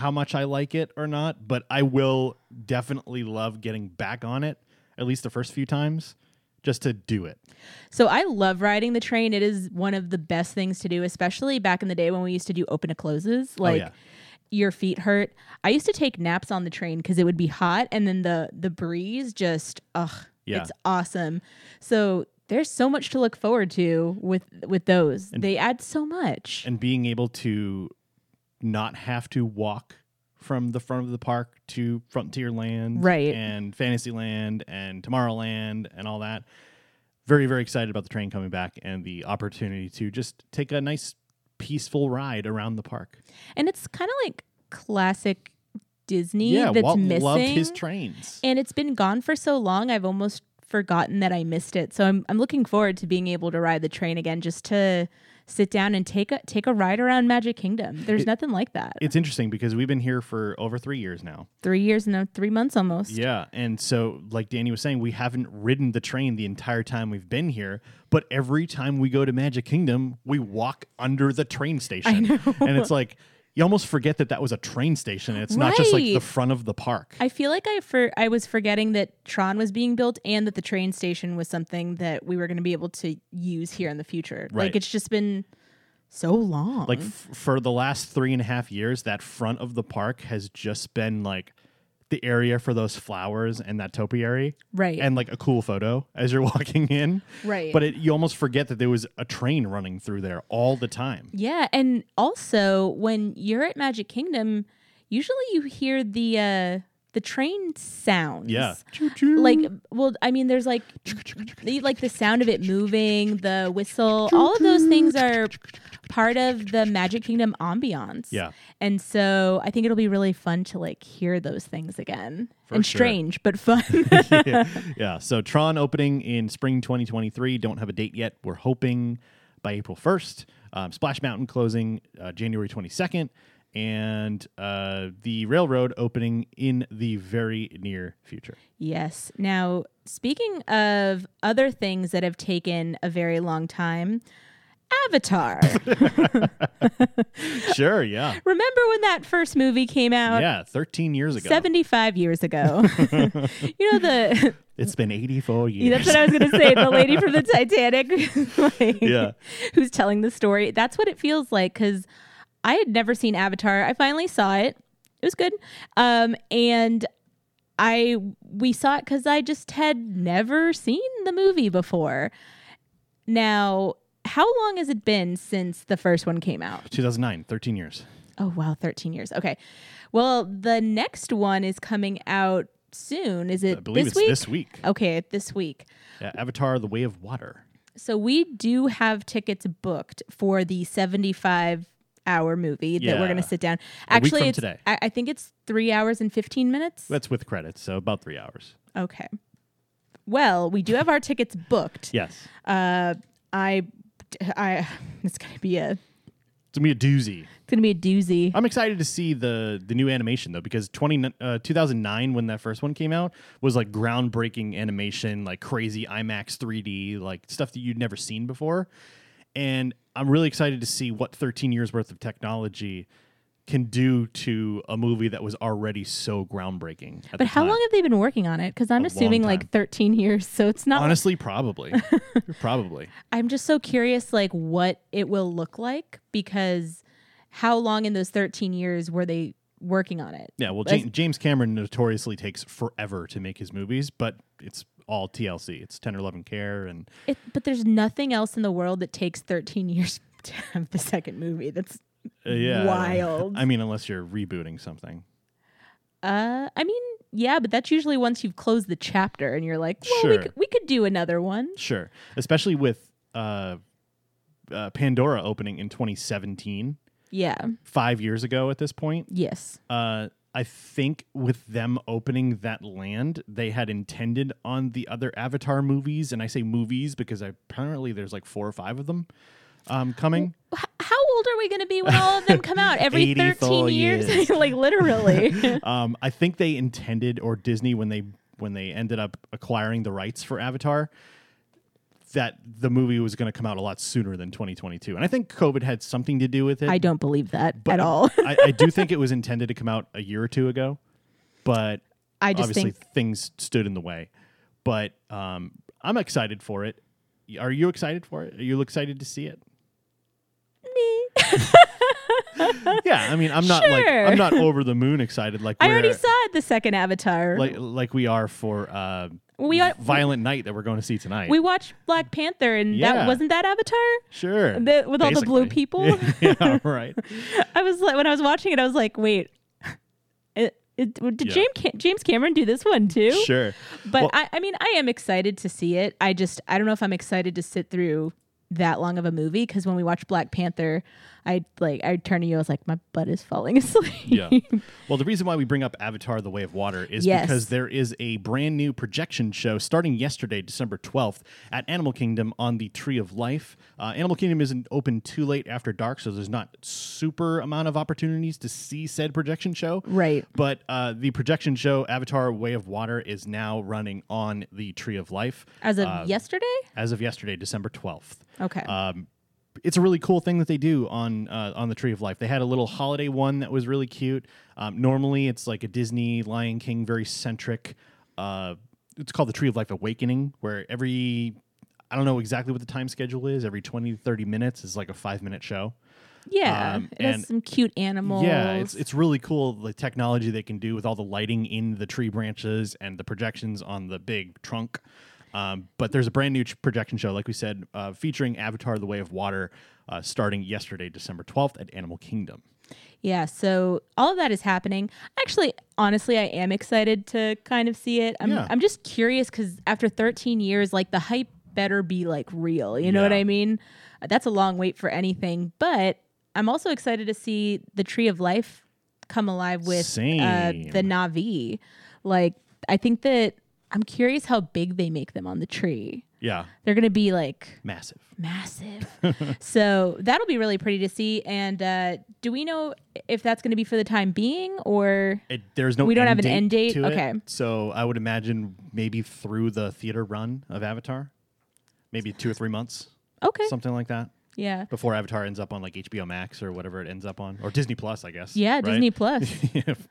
A: how much i like it or not but i will definitely love getting back on it at least the first few times just to do it
B: so I love riding the train. It is one of the best things to do, especially back in the day when we used to do open to closes. Like.
A: Oh, yeah.
B: Your feet hurt. I used to take naps on the train because it would be hot, and then the the breeze just ugh,
A: Yeah.
B: it's awesome. So there's so much to look forward to with with those. they add so much.
A: and being able to not have to walk from the front of the park to Frontierland,
B: Right.
A: and Fantasyland and Tomorrowland and all that. Very very excited about the train coming back and the opportunity to just take a nice peaceful ride around the park.
B: And it's kind of like classic Disney
A: yeah,
B: that's
A: Walt
B: missing.
A: loved his trains.
B: and it's been gone for so long, I've almost forgotten that I missed it. So I'm I'm looking forward to being able to ride the train again just to sit down and take a take a ride around Magic Kingdom. There's nothing like that.
A: It's interesting because we've been here for over 3 years now.
B: 3 years no 3 months almost.
A: Yeah, and so like Danny was saying, we haven't ridden the train the entire time we've been here, but every time we go to Magic Kingdom, we walk under the train station. And it's like you almost forget that that was a train station. and It's not just like the
B: Right.
A: front of the park.
B: I feel like I for I was forgetting that Tron was being built and that the train station was something that we were going to be able to use here in the future.
A: Right.
B: Like it's just been so long.
A: like f- for the last three and a half years, that front of the park has just been like the area for those flowers and that topiary
B: Right.
A: and like a cool photo as you're walking in.
B: Right.
A: But it, you almost forget that there was a train running through there all the time.
B: Yeah, and also when you're at Magic Kingdom, usually you hear the uh the train sounds.
A: Yeah.
B: Like well, I mean there's like the- like the sound of it moving, the whistle, all of those things are part of the Magic Kingdom ambiance.
A: Yeah.
B: And so I think it'll be really fun to like hear those things again.
A: For
B: and
A: sure.
B: strange, but fun.
A: yeah. yeah. So Tron opening in spring 2023. Don't have a date yet. We're hoping by April 1st. Um, Splash Mountain closing uh, January 22nd. And uh, the railroad opening in the very near future.
B: Yes. Now, speaking of other things that have taken a very long time, Avatar.
A: Sure. Yeah.
B: Remember when that first movie came out?
A: Yeah. 13 years ago.
B: 75 years ago. you know the
A: It's been 84
B: that's
A: years.
B: what I was going to say, the lady from the Titanic like,
A: Yeah.
B: who's telling the story. That's what it feels like cuz I had never seen Avatar. I finally saw it. It was good. Um and I we saw it cuz I just had never seen the movie before. Now, how long has it been since the first one came out?
A: 2009. 13 years.
B: Oh, wow, 13 years. Okay. Well, the next one is coming out soon. Is it
A: I believe
B: this
A: it's
B: week?
A: this week.
B: Okay, this week.
A: Yeah, Avatar: The Way of Water.
B: So we do have tickets booked for the 75 hour movie that we're going
A: Yeah.
B: to sit down.
A: A week
B: Actually,
A: from
B: it's,
A: today.
B: I, I think it's three hours and 15 minutes.
A: That's with credits, so about three hours.
B: okay. Well, we do have our tickets booked.
A: Yes,
B: Uh, I, I, it's going to be a, it's
A: it's gonna be a doozy.
B: going to be a doozy.
A: I'm excited to see the the new animation though, because 20 uh, 2009 when that first one came out was like groundbreaking animation, like crazy IMAX 3D, like stuff that you'd never seen before. And I'm really excited to see what 13 years worth of technology can do to a movie that was already so groundbreaking. at the
B: but how
A: time.
B: long have they been working on it? Because I'm assuming
A: long
B: like
A: time.
B: 13 years. So it's not
A: Honestly, probably, probably.
B: I'm just so curious, like what it will look like because how long in those 13 years were they working on it?
A: Yeah, well,
B: Like-
A: Ja- James Cameron notoriously takes forever to make his movies, but it's all TLC. It's tender love and care, and
B: it but there's nothing else in the world that takes 13 years to have the second movie. That's
A: uh, yeah,
B: Wild.
A: I mean, unless you're rebooting something.
B: uh, I mean, yeah, but that's usually once you've closed the chapter and you're like, well, we,
A: Sure.
B: could, we could do another one.
A: Sure, especially with uh, uh, Pandora opening in 2017,
B: Yeah.
A: five years ago at this point.
B: Yes.
A: uh, I think with them opening that land, they had intended on the other Avatar movies, and I say movies because apparently there's like four or five of them um, coming.
B: H- how old are we going to be when all of them come out? Every 13
A: 84
B: years?
A: years.
B: like literally.
A: um, I think they intended, or Disney when they when they ended up acquiring the rights for Avatar, that the movie was going to come out a lot sooner than 2022, and I think COVID had something to do with it.
B: I don't believe that at all.
A: I, I do think it was intended to come out a year or two ago, but
B: I just
A: obviously
B: think
A: things stood in the way. But um, I'm excited for it. Are you excited for it? Are you excited to see it? yeah, I mean, I'm not like
B: Sure.
A: I'm not over the moon excited like
B: I already
A: we're-
B: saw it, the second Avatar.
A: like like we are for uh,
B: we are,
A: Violent Night that we're going to see tonight.
B: we watched Black Panther, and that
A: Yeah.
B: wasn't that Avatar
A: sure
B: The- with all the blue
A: Basically.
B: people.
A: yeah, right.
B: I was like, when I was watching it, I was like, wait, it, it, did
A: Yeah.
B: James Ca- James Cameron do this one too?
A: Sure.
B: But
A: Well-
B: I, I mean, I am excited to see it. I just I don't know if I'm excited to sit through that long of a movie because when we watched Black Panther, I like I turned to you, I was like, my butt is falling asleep.
A: yeah. Well, the reason why we bring up Avatar: The Way of Water is
B: Yes.
A: because there is a brand new projection show starting yesterday, December twelfth, at Animal Kingdom on the Tree of Life. Uh, Animal Kingdom isn't open too late after dark, so there's not super amount of opportunities to see said projection show.
B: Right.
A: But uh, the projection show Avatar: Way of Water is now running on the Tree of Life
B: As of
A: uh,
B: yesterday.
A: as of yesterday, December twelfth
B: Okay.
A: um, it's a really cool thing that they do on uh, on the Tree of Life. They had a little holiday one that was really cute. Um, normally, it's like a Disney Lion King, very centric. Uh, it's called the Tree of Life Awakening, where every I don't know exactly what the time schedule is. Every 20 to 30 minutes is like a five minute show.
B: Yeah,
A: Um,
B: it has
A: and-
B: some cute animals.
A: Yeah, it's it's really cool the technology they can do with all the lighting in the tree branches and the projections on the big trunk. Um, but there's a brand new ch- projection show, like we said, uh, featuring Avatar: The Way of Water, uh, starting yesterday, December 12th, at Animal Kingdom.
B: yeah. So all of that is happening. Actually, honestly, I am excited to kind of see it. I'm
A: Yeah.
B: I'm just curious because after 13 years, like the hype better be like real. You know what
A: Yeah.
B: I mean? Uh, That's a long wait for anything, but I'm also excited to see the Tree of Life come alive with uh,
A: Same.
B: the Navi. Like, I think that I'm curious how big they make them on the tree.
A: Yeah,
B: They're gonna be like
A: massive.
B: massive. so that'll be really pretty to see. And uh, do we know if that's going to be for the time being or?
A: It, there's no.
B: We don't have an end date?
A: to it,
B: Okay.
A: so I would imagine maybe through the theater run of Avatar, maybe two or three months,
B: Okay.
A: something like that,
B: yeah.
A: before Avatar ends up on like HBO Max or whatever it ends up on, or Disney Plus, I guess.
B: Yeah.
A: right?
B: Disney Plus.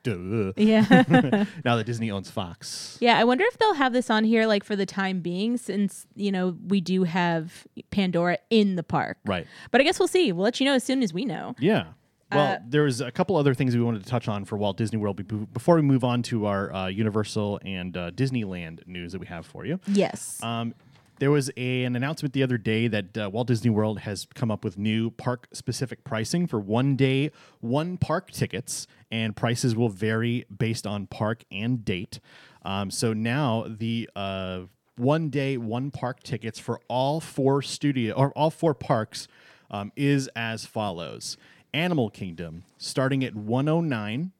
A: Duh.
B: yeah.
A: now that Disney owns Fox.
B: yeah. I wonder if they'll have this on here like for the time being since, you know, we do have Pandora in the park.
A: Right.
B: But I guess we'll see. We'll let you know as soon as we know.
A: Yeah. Well,
B: Uh,
A: there was a couple other things we wanted to touch on for Walt Disney World be- before we move on to our uh, Universal and uh, Disneyland news that we have for you.
B: Yes.
A: Um, there was a, an announcement the other day that uh, Walt Disney World has come up with new park specific pricing for one day, one park tickets, and prices will vary based on park and date. Um, so now the uh, one day, one park tickets for all four studio or all four parks um, is as follows Animal Kingdom starting at 109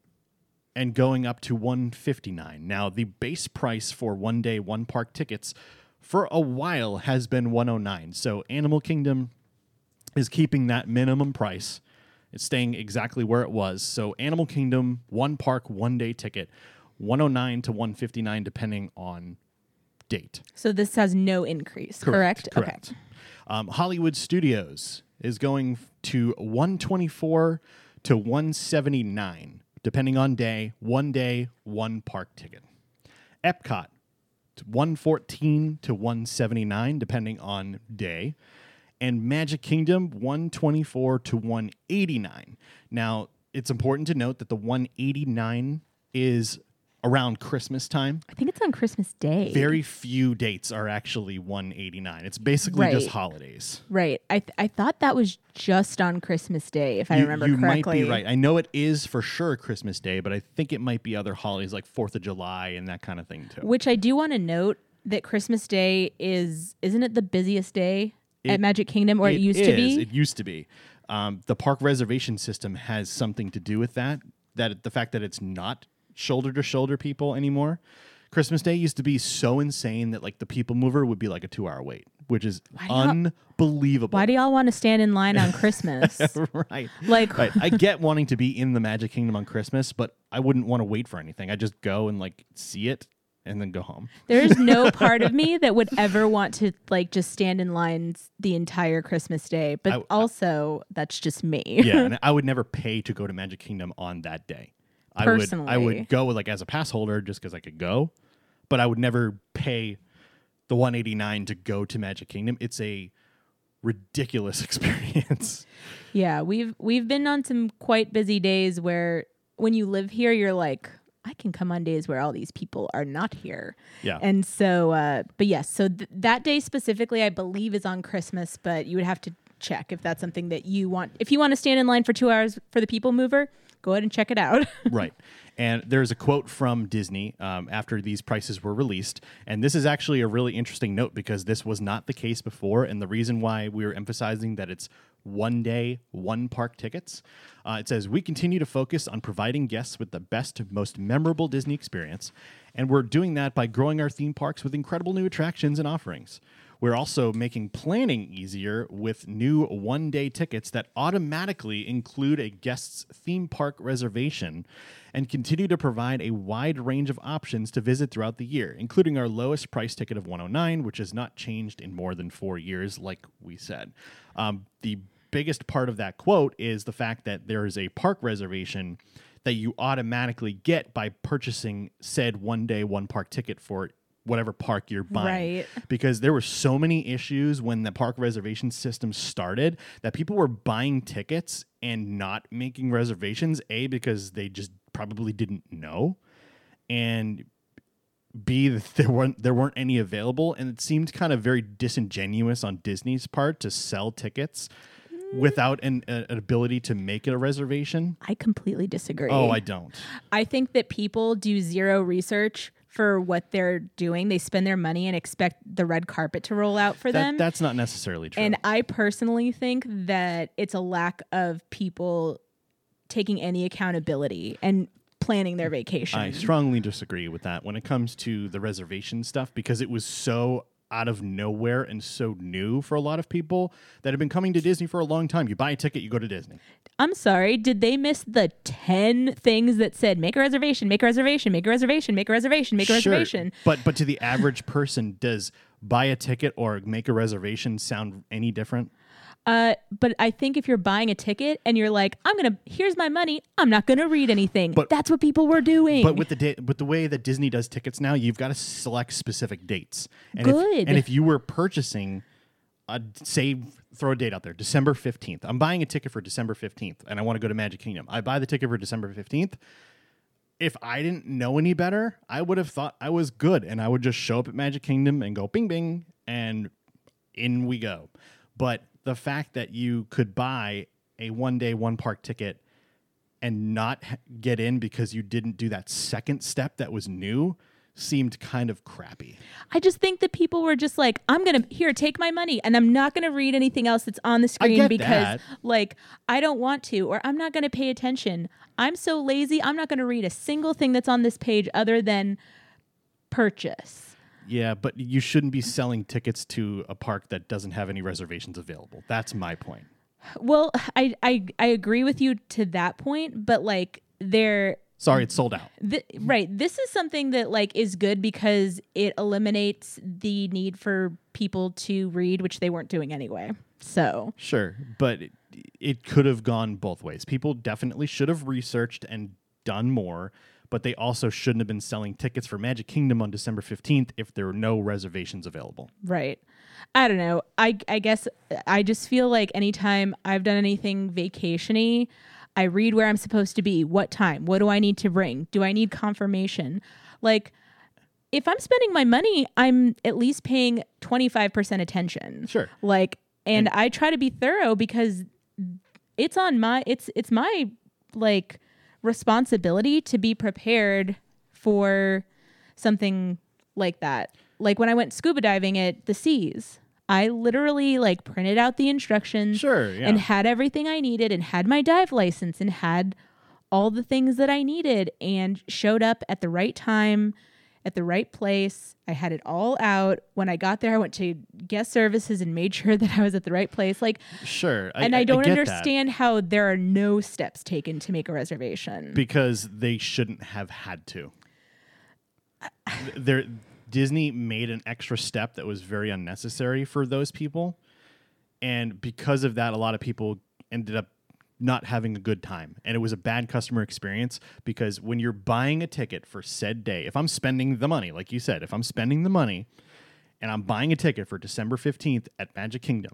A: and going up to 159. Now the base price for one day one park tickets for a while has been 109. So Animal Kingdom is keeping that minimum price. It's staying exactly where it was. So Animal Kingdom one park one day ticket 109 to 159 depending on date.
B: so this has no increase, correct?
A: Correct. Um, Hollywood Studios is going f- to 124 to 179, depending on day. One day, one park ticket. Epcot, it's 114 to 179, depending on day. And Magic Kingdom, 124 to 189. Now, it's important to note that the 189 is around Christmas time
B: I think it's on Christmas Day.
A: very few dates are actually 189. It's basically just
B: Right.
A: holidays.
B: Right. I th- I thought that was just on Christmas Day, if I
A: You-
B: remember
A: you
B: correctly.
A: might be right. I know it is for sure Christmas Day, but I think it might be other holidays like Fourth of July and that kind of thing too.
B: Which I do want to note that Christmas Day is isn't it the busiest day at Magic Kingdom, or it, used to
A: is.
B: be?
A: It used to be. Um, the park reservation system has something to do with that. That the fact that it's not shoulder to shoulder people anymore. Christmas Day used to be so insane that like the people mover would be like a two hour wait, which is unbelievable.
B: Why do y'all want to stand in line on Christmas?
A: right.
B: like
A: right. I get wanting to be in the Magic Kingdom on Christmas, but I wouldn't want to wait for anything. I just go and like see it and then go home.
B: there is no part of me that would ever want to like just stand in lines the entire Christmas Day. But
A: I-
B: also that's just me.
A: Yeah, and I would never pay to go to Magic Kingdom on that day. I would I
B: Personally.
A: would go like as a pass holder just cuz I could go, but I would never pay the 189 to go to Magic Kingdom. It's a ridiculous experience.
B: Yeah, we've we've been on some quite busy days where when you live here, you're like, I can come on days where all these people are not here.
A: Yeah.
B: And so, uh, but yes, so th- that day specifically, I believe, is on Christmas, but you would have to check if that's something that you want. If you want to stand in line for two hours for the People Mover, go ahead and check it out.
A: right. And there's a quote from Disney um, after these prices were released. And this is actually a really interesting note because this was not the case before. And the reason why we are emphasizing that it's one day, one park tickets. Uh, it says, We continue to focus on providing guests with the best, most memorable Disney experience. And we're doing that by growing our theme parks with incredible new attractions and offerings. We're also making planning easier with new one day tickets that automatically include a guest's theme park reservation and continue to provide a wide range of options to visit throughout the year, including our lowest price ticket of 109, which has not changed in more than four years, like we said. Um, the biggest part of that quote is the fact that there is a park reservation that you automatically get by purchasing said one day, one park ticket for whatever park you're buying.
B: Right.
A: Because there were so many issues when the park reservation system started that people were buying tickets and not making reservations, A, because they just probably didn't know. And B that there weren't there weren't any available, and it seemed kind of very disingenuous on Disney's part to sell tickets without an, a- an ability to make a reservation.
B: I completely disagree.
A: Oh, I don't.
B: I think that people do zero research for what they're doing. They spend their money and expect the red carpet to roll out for
A: That,
B: them.
A: that's not necessarily true.
B: And I personally think that it's a lack of people taking any accountability and planning their vacation.
A: I strongly disagree with that when it comes to the reservation stuff because it was so out of nowhere and so new for a lot of people that have been coming to Disney for a long time. You buy a ticket, you go to Disney.
B: I'm sorry, did they miss the 10 things that said make a reservation, make a reservation, make a reservation, make a reservation, make a reservation?
A: But but to the average person, does buy a ticket or make a reservation sound any different?
B: Uh, but I think if you're buying a ticket and you're like, I'm going to, here's my money, I'm not going to read anything.
A: But-
B: That's what people were doing.
A: But with the da- with the way that Disney does tickets now, you've got to select specific dates. And If,
B: Good.
A: and if you were purchasing, a, say, throw a date out there, December fifteenth. I'm buying a ticket for December fifteenth, and I want to go to Magic Kingdom. I buy the ticket for December fifteenth. If I didn't know any better, I would have thought I was good, and I would just show up at Magic Kingdom and go bing bing, and in we go. But the fact that you could buy a one day one park ticket and not h- get in because you didn't do that second step that was new seemed kind of crappy.
B: I just think that people were just like, I'm gonna here take my money, and I'm not gonna read anything else that's on the screen
A: get
B: because,
A: that.
B: like, I don't want to, or I'm not gonna pay attention. I'm so lazy. I'm not gonna read a single thing that's on this page other than purchase.
A: Yeah, but you shouldn't be selling tickets to a park that doesn't have any reservations available. That's my point.
B: Well, I I, I agree with you to that point, but like there.
A: Sorry, it's sold out.
B: Th- right. This is something that like is good because it eliminates the need for people to read, which they weren't doing anyway. So
A: Sure, but it, it could have gone both ways. People definitely should have researched and done more, but they also shouldn't have been selling tickets for Magic Kingdom on December 15th if there were no reservations available.
B: Right. I don't know. I I guess I just feel like anytime I've done anything vacationy, I read where I'm supposed to be, what time, what do I need to bring? Do I need confirmation? Like if I'm spending my money, I'm at least paying 25% attention.
A: Sure.
B: Like and, I try to be thorough because it's on my it's it's my like responsibility to be prepared for something like that. Like when I went scuba diving at the seas, I literally like printed out the instructions
A: Sure, yeah.
B: and had everything I needed and had my dive license and had all the things that I needed and showed up at the right time at the right place. I had it all out. When I got there, I went to guest services and made sure that I was at the right place. Like
A: Sure.
B: and I, don't
A: get that.
B: understand how there are no steps taken to make a reservation.
A: because they shouldn't have had to. there, Disney made an extra step that was very unnecessary for those people, and because of that, a lot of people ended up not having a good time, and it was a bad customer experience. Because when you're buying a ticket for said day, if I'm spending the money, like you said, if I'm spending the money, and I'm buying a ticket for December fifteenth at Magic Kingdom,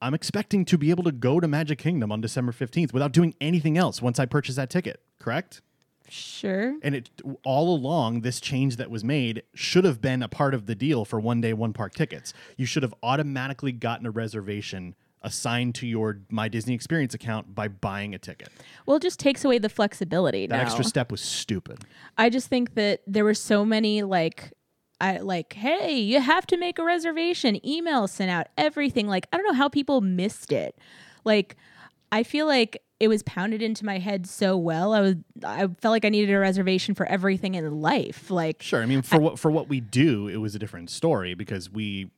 A: I'm expecting to be able to go to Magic Kingdom on December 15th without doing anything else once I purchase that ticket, correct?
B: sure.
A: And it all along this change that was made should have been a part of the deal for one day one park tickets. You should have automatically gotten a reservation assigned to your My Disney Experience account by buying a ticket.
B: Well, it just takes away the flexibility
A: That
B: now.
A: extra step was stupid.
B: I just think that there were so many like I like, hey, you have to make a reservation, emails sent out, everything. Like, I don't know how people missed it. Like, I feel like it was pounded into my head so well. I was I felt like I needed a reservation for everything in life. Like
A: Sure, I mean for what for what we do, it was a different story because we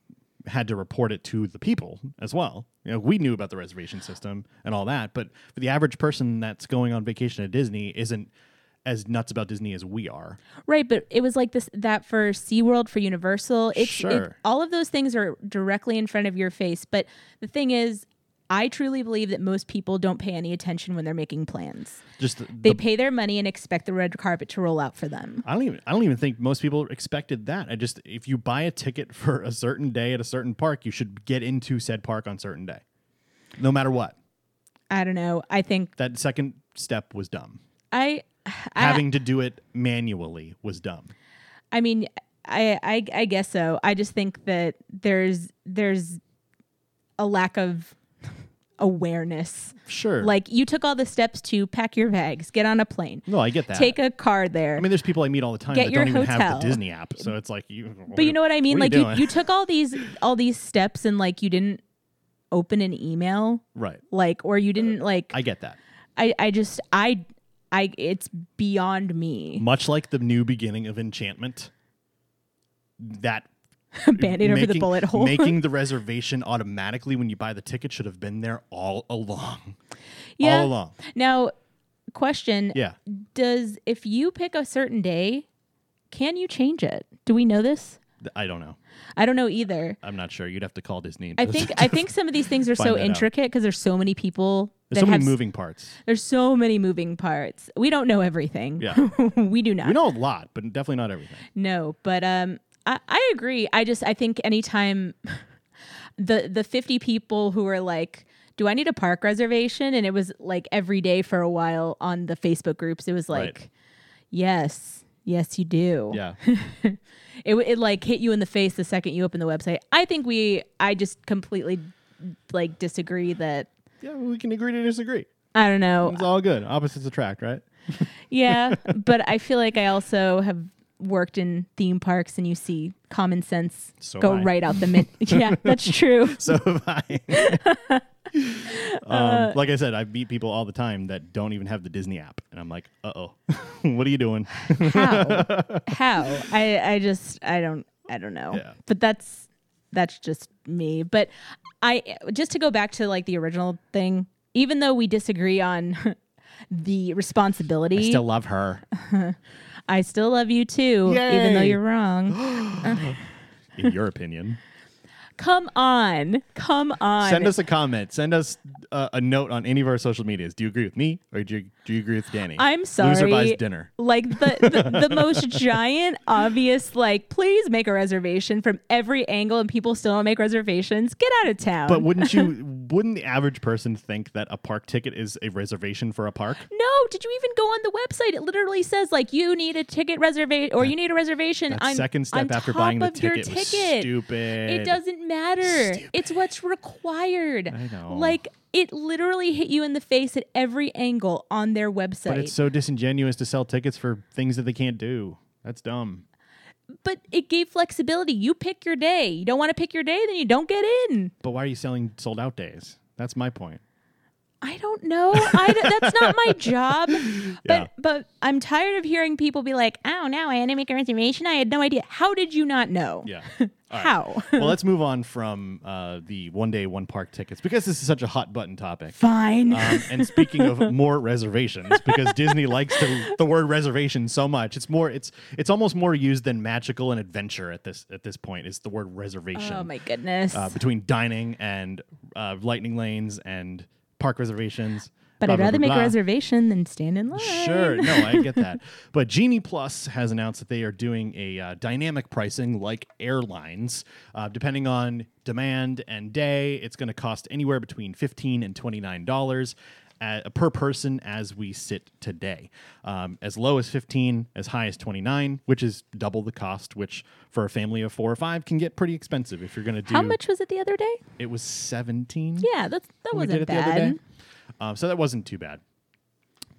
A: had to report it to the people as well. You know, we knew about the reservation system and all that, but for the average person that's going on vacation at Disney isn't as nuts about Disney as we are.
B: Right, but it was like this that for SeaWorld for Universal. It's it-
A: Sure.
B: all of those things are directly in front of your face, but the thing is I truly believe that most people don't pay any attention when they're making plans.
A: Just the,
B: They
A: the-
B: pay their money and expect the red carpet to roll out for them.
A: I don't even I don't even think most people expected that. I just if you buy a ticket for a certain day at a certain park, you should get into said park on certain day. No matter what.
B: I don't know. I think
A: That second step was dumb.
B: I, I,
A: Having to do it manually was dumb.
B: I mean, I, I, I guess so. I just think that there's there's a lack of awareness.
A: Sure.
B: Like you took all the steps to pack your bags, get on a plane,
A: no, I get that.
B: take a car there.
A: I mean, there's people I meet all the time
B: Get
A: that
B: your
A: don't even have
B: hotel.
A: the Disney app, so it's like you.
B: but you know what I mean?
A: what are
B: like
A: you
B: you,
A: doing?
B: you took all these all these steps and like you didn't open an email,
A: right?
B: like or you didn't like
A: Uh, I get that.
B: I I just I I it's beyond me.
A: Much like the new beginning of Enchantment, that
B: Band-aid over the bullet hole.
A: making the reservation automatically when you buy the ticket should have been there all along.
B: yeah.
A: All along.
B: Now, question:
A: Yeah.
B: Does if you pick a certain day, can you change it? Do we know this?
A: Th- I don't know.
B: I don't know either.
A: I'm not sure. You'd have to call Disney.
B: I think I think some of these things are
A: Find
B: so
A: that out.
B: intricate because there's so many people
A: there's
B: that
A: so many
B: have s-
A: moving parts.
B: There's so many moving parts. We don't know everything.
A: Yeah.
B: we do not.
A: We know a lot, but definitely not everything.
B: No, but um, I, I agree. I just I think anytime the the 50 people who are like, do I need a park reservation? And it was like every day for a while on the Facebook groups. It was
A: Right.
B: like, yes, yes, you do.
A: Yeah.
B: It w- it like hit you in the face the second you open the website. I think we I just completely like disagree that
A: yeah. We can agree to disagree.
B: I don't know.
A: It's all good. Opposites attract, right?
B: Yeah, but I feel like I also have worked in theme parks, and you see common sense
A: So
B: go
A: am I.
B: right out the mid. yeah, that's true.
A: So have I. Uh, um, like I said, I meet people all the time that don't even have the Disney app, and I'm like, uh oh, what are you doing?
B: How? How? I I just I don't I don't know.
A: Yeah.
B: But that's that's just me. But I just to go back to like the original thing, even though we disagree on the responsibility,
A: love her.
B: I still love you too, even though
A: Yay.
B: you're wrong.
A: In your opinion,
B: Come on, come on.
A: send us a comment. Send us uh, a note on any of our social medias. Do you agree with me, or do you, do you agree with Danny?
B: I'm
A: Loser
B: sorry.
A: buys dinner.
B: like the, the the most giant obvious like please make a reservation from every angle and people still don't make reservations get out of town
A: But wouldn't you? wouldn't the average person think that a park ticket is a reservation for a park?
B: no did you even go on the website it literally says like you need a ticket reservation or you need a reservation
A: That
B: on
A: second
B: on
A: step after
B: top
A: buying the
B: of your
A: ticket, was
B: ticket.
A: stupid.
B: it doesn't matter it's what's required
A: I know.
B: like it literally hit you in the face at every angle on their website
A: But it's so disingenuous to sell tickets for things that they can't do. That's dumb.
B: but it gave flexibility you pick your day you don't want to pick your day then you don't get in
A: But why are you selling sold out days? That's my point.
B: I don't know. I d- that's not my job.
A: Yeah.
B: But but I'm tired of hearing people be like, "Oh, no, I had to make a reservation. I had no idea. How did you not know?
A: Yeah.
B: How?"
A: well, let's move on from uh, the one day, one park tickets because this is such a hot button topic.
B: Fine.
A: Um, and speaking of more reservations, because Disney likes the, the word reservation so much, it's more it's it's almost more used than magical and adventure at this at this point. Is the word reservation
B: oh my goodness.
A: uh, between dining and uh, lightning lanes and park reservations?
B: but
A: blah,
B: I'd
A: blah,
B: rather
A: blah,
B: make a
A: blah.
B: reservation than stand in line.
A: Sure, no, I get that. But Genie Plus has announced that they are doing a uh, dynamic pricing like airlines. Uh, depending on demand and day, it's going to cost anywhere between $15 and $29 uh, per person as we sit today. Um, as low as 15 as high as 29 which is double the cost, which for a family of four or five can get pretty expensive if you're going to do
B: How much was it the other day?
A: It was 17
B: Yeah, that's that
A: when we
B: wasn't
A: did it
B: bad.
A: the other day. Um, so that wasn't too bad.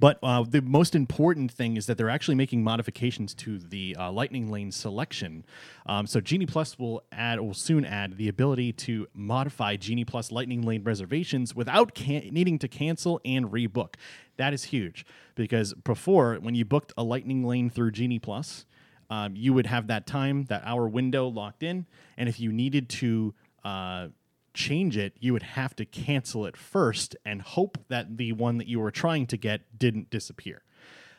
A: But uh, the most important thing is that they're actually making modifications to the uh, Lightning Lane selection. Um, so Genie Plus will add, will soon add, the ability to modify Genie Plus Lightning Lane reservations without can- needing to cancel and rebook. That is huge because before, when you booked a Lightning Lane through Genie Plus, um, you would have that time, that hour window locked in, and if you needed to. Uh, change it, you would have to cancel it first and hope that the one that you were trying to get didn't disappear.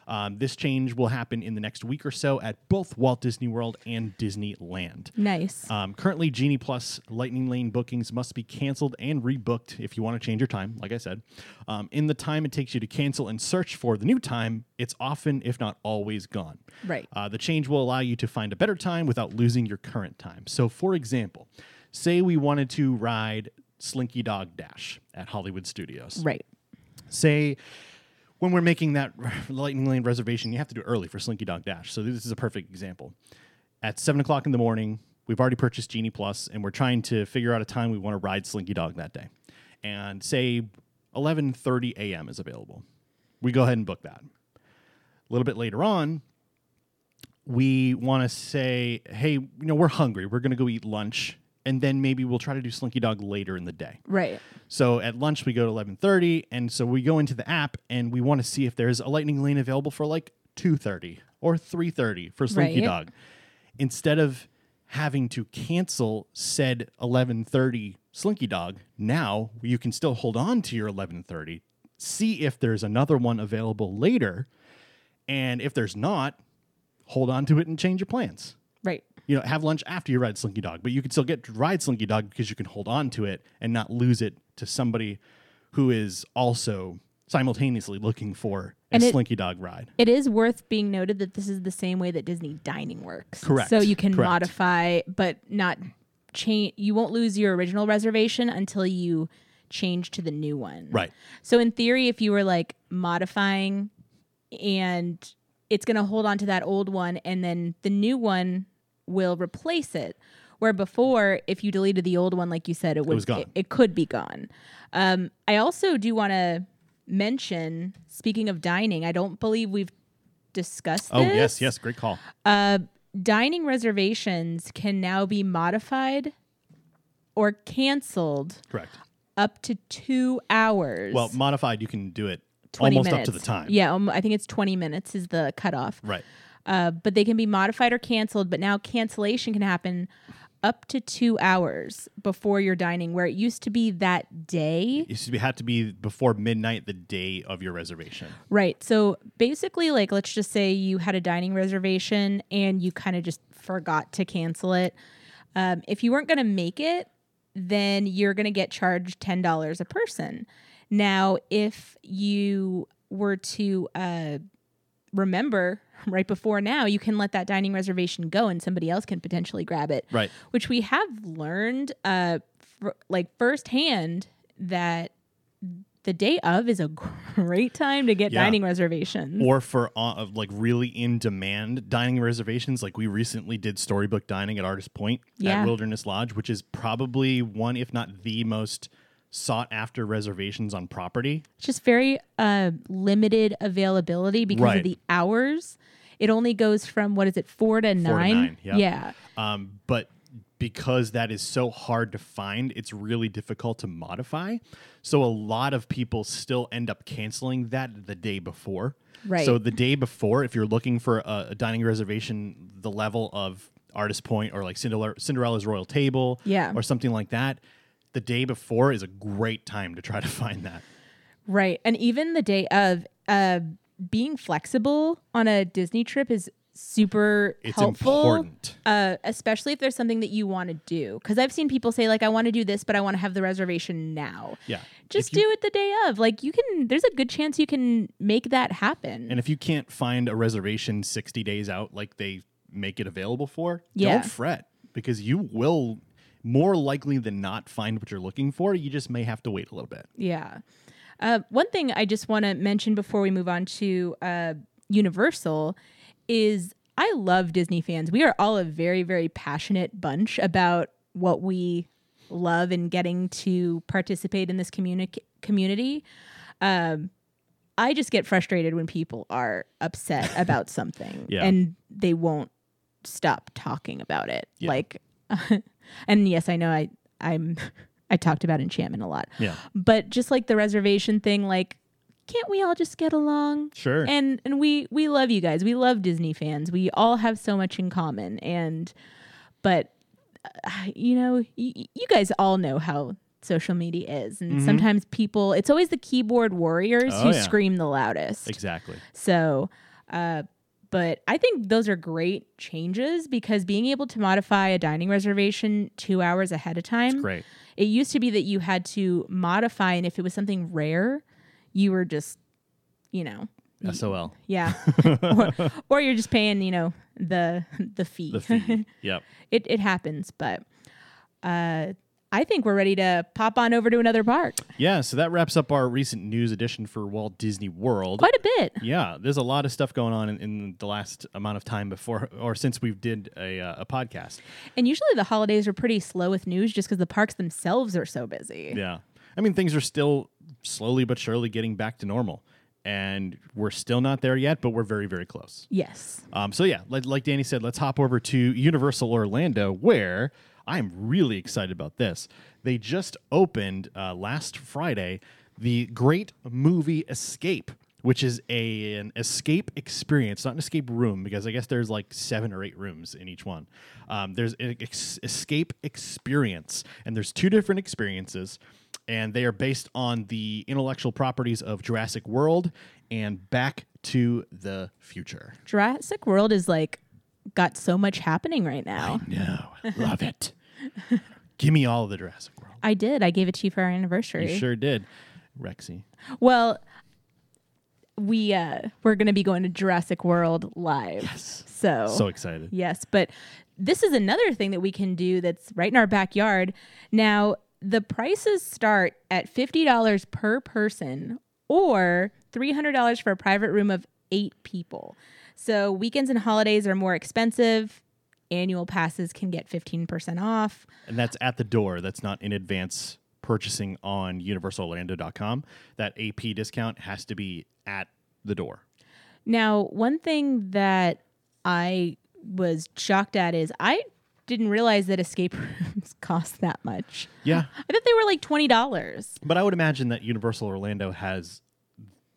A: Um, this change will happen in the next week or so at both Walt Disney World and Disneyland.
B: Nice.
A: Um, currently, Genie Plus Lightning Lane bookings must be canceled and rebooked if you want to change your time, like I said. Um, in the time it takes you to cancel and search for the new time, it's often, if not always, gone.
B: Right.
A: Uh, the change will allow you to find a better time without losing your current time. So, for example, say we wanted to ride Slinky Dog Dash at Hollywood Studios.
B: right.
A: Say, when we're making that Lightning Lane reservation, you have to do it early for Slinky Dog Dash. So this is a perfect example. At seven o'clock in the morning, we've already purchased Genie Plus, and we're trying to figure out a time we want to ride Slinky Dog that day. And say eleven thirty a.m. is available. We go ahead and book that. A little bit later on, we want to say, hey, you know, we're hungry. We're going to go eat lunch, and then maybe we'll try to do Slinky Dog later in the day.
B: Right.
A: So at lunch we go to eleven thirty, and so we go into the app and we want to see if there's a lightning lane available for like two thirty or three thirty for Slinky
B: Right.
A: Dog. Instead of having to cancel said eleven thirty Slinky Dog, now you can still hold on to your eleven thirty, see if there's another one available later, and if there's not, hold on to it and change your plans
B: Right.
A: you know, have lunch after you ride Slinky Dog, but you can still get to ride Slinky Dog because you can hold on to it and not lose it to somebody who is also simultaneously looking for a
B: And it-
A: Slinky Dog ride.
B: It is worth being noted that this is the same way that Disney dining works.
A: Correct.
B: So you can
A: Correct.
B: modify, but not change. You won't lose your original reservation until you change to the new one.
A: Right.
B: So in theory, if you were like modifying, and it's going to hold on to that old one, and then the new one will replace it. Where before, if you deleted the old one, like you said, it would
A: was gone.
B: It, it could be gone. Um, I also do want to mention, speaking of dining, I don't believe we've discussed.
A: Oh,
B: this.
A: yes, yes, great call.
B: Uh, dining reservations can now be modified or canceled
A: Correct.
B: up to two hours.
A: Well, modified, you can do it
B: 20
A: almost
B: minutes.
A: up to the time.
B: Yeah, um, I think it's 20 minutes is the cutoff.
A: Right.
B: Uh, but they can be modified or canceled, but now cancellation can happen up to two hours before your dining, where it used to be that day.
A: It should be, had to be before midnight the day of your reservation.
B: Right. So basically, like, let's just say you had a dining reservation and you kind of just forgot to cancel it. Um, if you weren't going to make it, then you're going to get charged $10 a person. Now, if you were to uh, remember right before now, you can let that dining reservation go and somebody else can potentially grab it
A: Right.
B: which we have learned uh fr- like firsthand that the day of is a great time to get
A: Yeah.
B: dining reservations.
A: Or for uh, of like really in demand dining reservations, like we recently did storybook dining at Artist Point
B: Yeah.
A: at Wilderness Lodge, which is probably one, if not the most sought after reservations on property.
B: It's just very uh limited availability because
A: Right.
B: of the hours. It only goes from what is it, four to
A: Four to
B: nine?
A: nine, yeah.
B: Yeah.
A: Um, but because that is so hard to find, it's really difficult to modify. So a lot of people still end up canceling that the day before.
B: Right.
A: So the day before, if you're looking for a, a dining reservation, the level of Artist Point or like Cinderella, Cinderella's Royal Table,
B: Yeah.
A: or something like that, the day before is a great time to try to find that.
B: Right. And even the day of uh being flexible on a Disney trip is super
A: It's
B: helpful.
A: important.
B: uh, especially if there's something that you want to do. Because I've seen people say like, I want to do this, but I want to have the reservation now.
A: Yeah.
B: Just
A: If you-
B: do it the day of. Like you can. There's a good chance you can make that happen.
A: And if you can't find a reservation 60 days out like they make it available for,
B: Yeah.
A: don't fret because you will more likely than not find what you're looking for. You just may have to wait a little bit.
B: yeah. Uh, one thing I just want to mention before we move on to uh, Universal is I love Disney fans. We are all a very very passionate bunch about what we love and getting to participate in this communi- community. Um, I just get frustrated when people are upset about something
A: Yeah.
B: and they won't stop talking about it.
A: Yeah.
B: Like, and yes, I know I I'm I talked about enchantment a lot,
A: Yeah.
B: but just like the reservation thing, like can't we all just get along?
A: Sure.
B: And and we we love you guys. We love Disney fans. We all have so much in common. And but uh, you know, y- y- you guys all know how social media is, and sometimes people. It's always the keyboard warriors
A: Mm-hmm. Oh,
B: who
A: yeah.
B: scream the loudest.
A: exactly.
B: So Uh, but I think those are great changes because being able to modify a dining reservation two hours ahead of time,
A: Great.
B: it used to be that you had to modify, and if it was something rare, you were just, you know, y-
A: SOL.
B: yeah, or, or you're just paying, you know, the the fee.
A: The fee. yep.
B: it it happens, but uh, I think we're ready to pop on over to another park.
A: Yeah, so that wraps up our recent news edition for Walt Disney World.
B: Quite a bit.
A: Yeah, there's a lot of stuff going on in, in the last amount of time before or since we've did a, uh, a podcast.
B: And usually the holidays are pretty slow with news just because the parks themselves are so busy.
A: Yeah. I mean, things are still slowly but surely getting back to normal. And we're still not there yet, but we're very, very close.
B: Yes.
A: Um, so, yeah, like, like Danny said, let's hop over to Universal Orlando, where I'm really excited about this. They just opened uh, last Friday the Great Movie Escape, which is a, an escape experience, not an escape room, because I guess there's like seven or eight rooms in each one. Um, there's an ex- escape experience, and there's two different experiences and they are based on the intellectual properties of Jurassic World and Back to the Future.
B: Jurassic World is like got so much happening right now.
A: No, I love it. Give me all of the Jurassic World.
B: I did. I gave it to you for our anniversary.
A: You sure did, Rexy.
B: Well, we uh we're gonna be going to Jurassic World live. Yes. So
A: So excited.
B: yes, but this is another thing that we can do that's right in our backyard. Now the prices start at fifty dollars per person or three hundred dollars for a private room of eight people. So weekends and holidays are more expensive. Annual passes can get fifteen percent off.
A: And that's at the door. That's not in advance purchasing on universalorlando.com. That AP discount has to be at the door.
B: Now, one thing that I was shocked at is I didn't realize that escape rooms cost that much.
A: Yeah.
B: I thought they were like twenty dollars.
A: But I would imagine that Universal Orlando has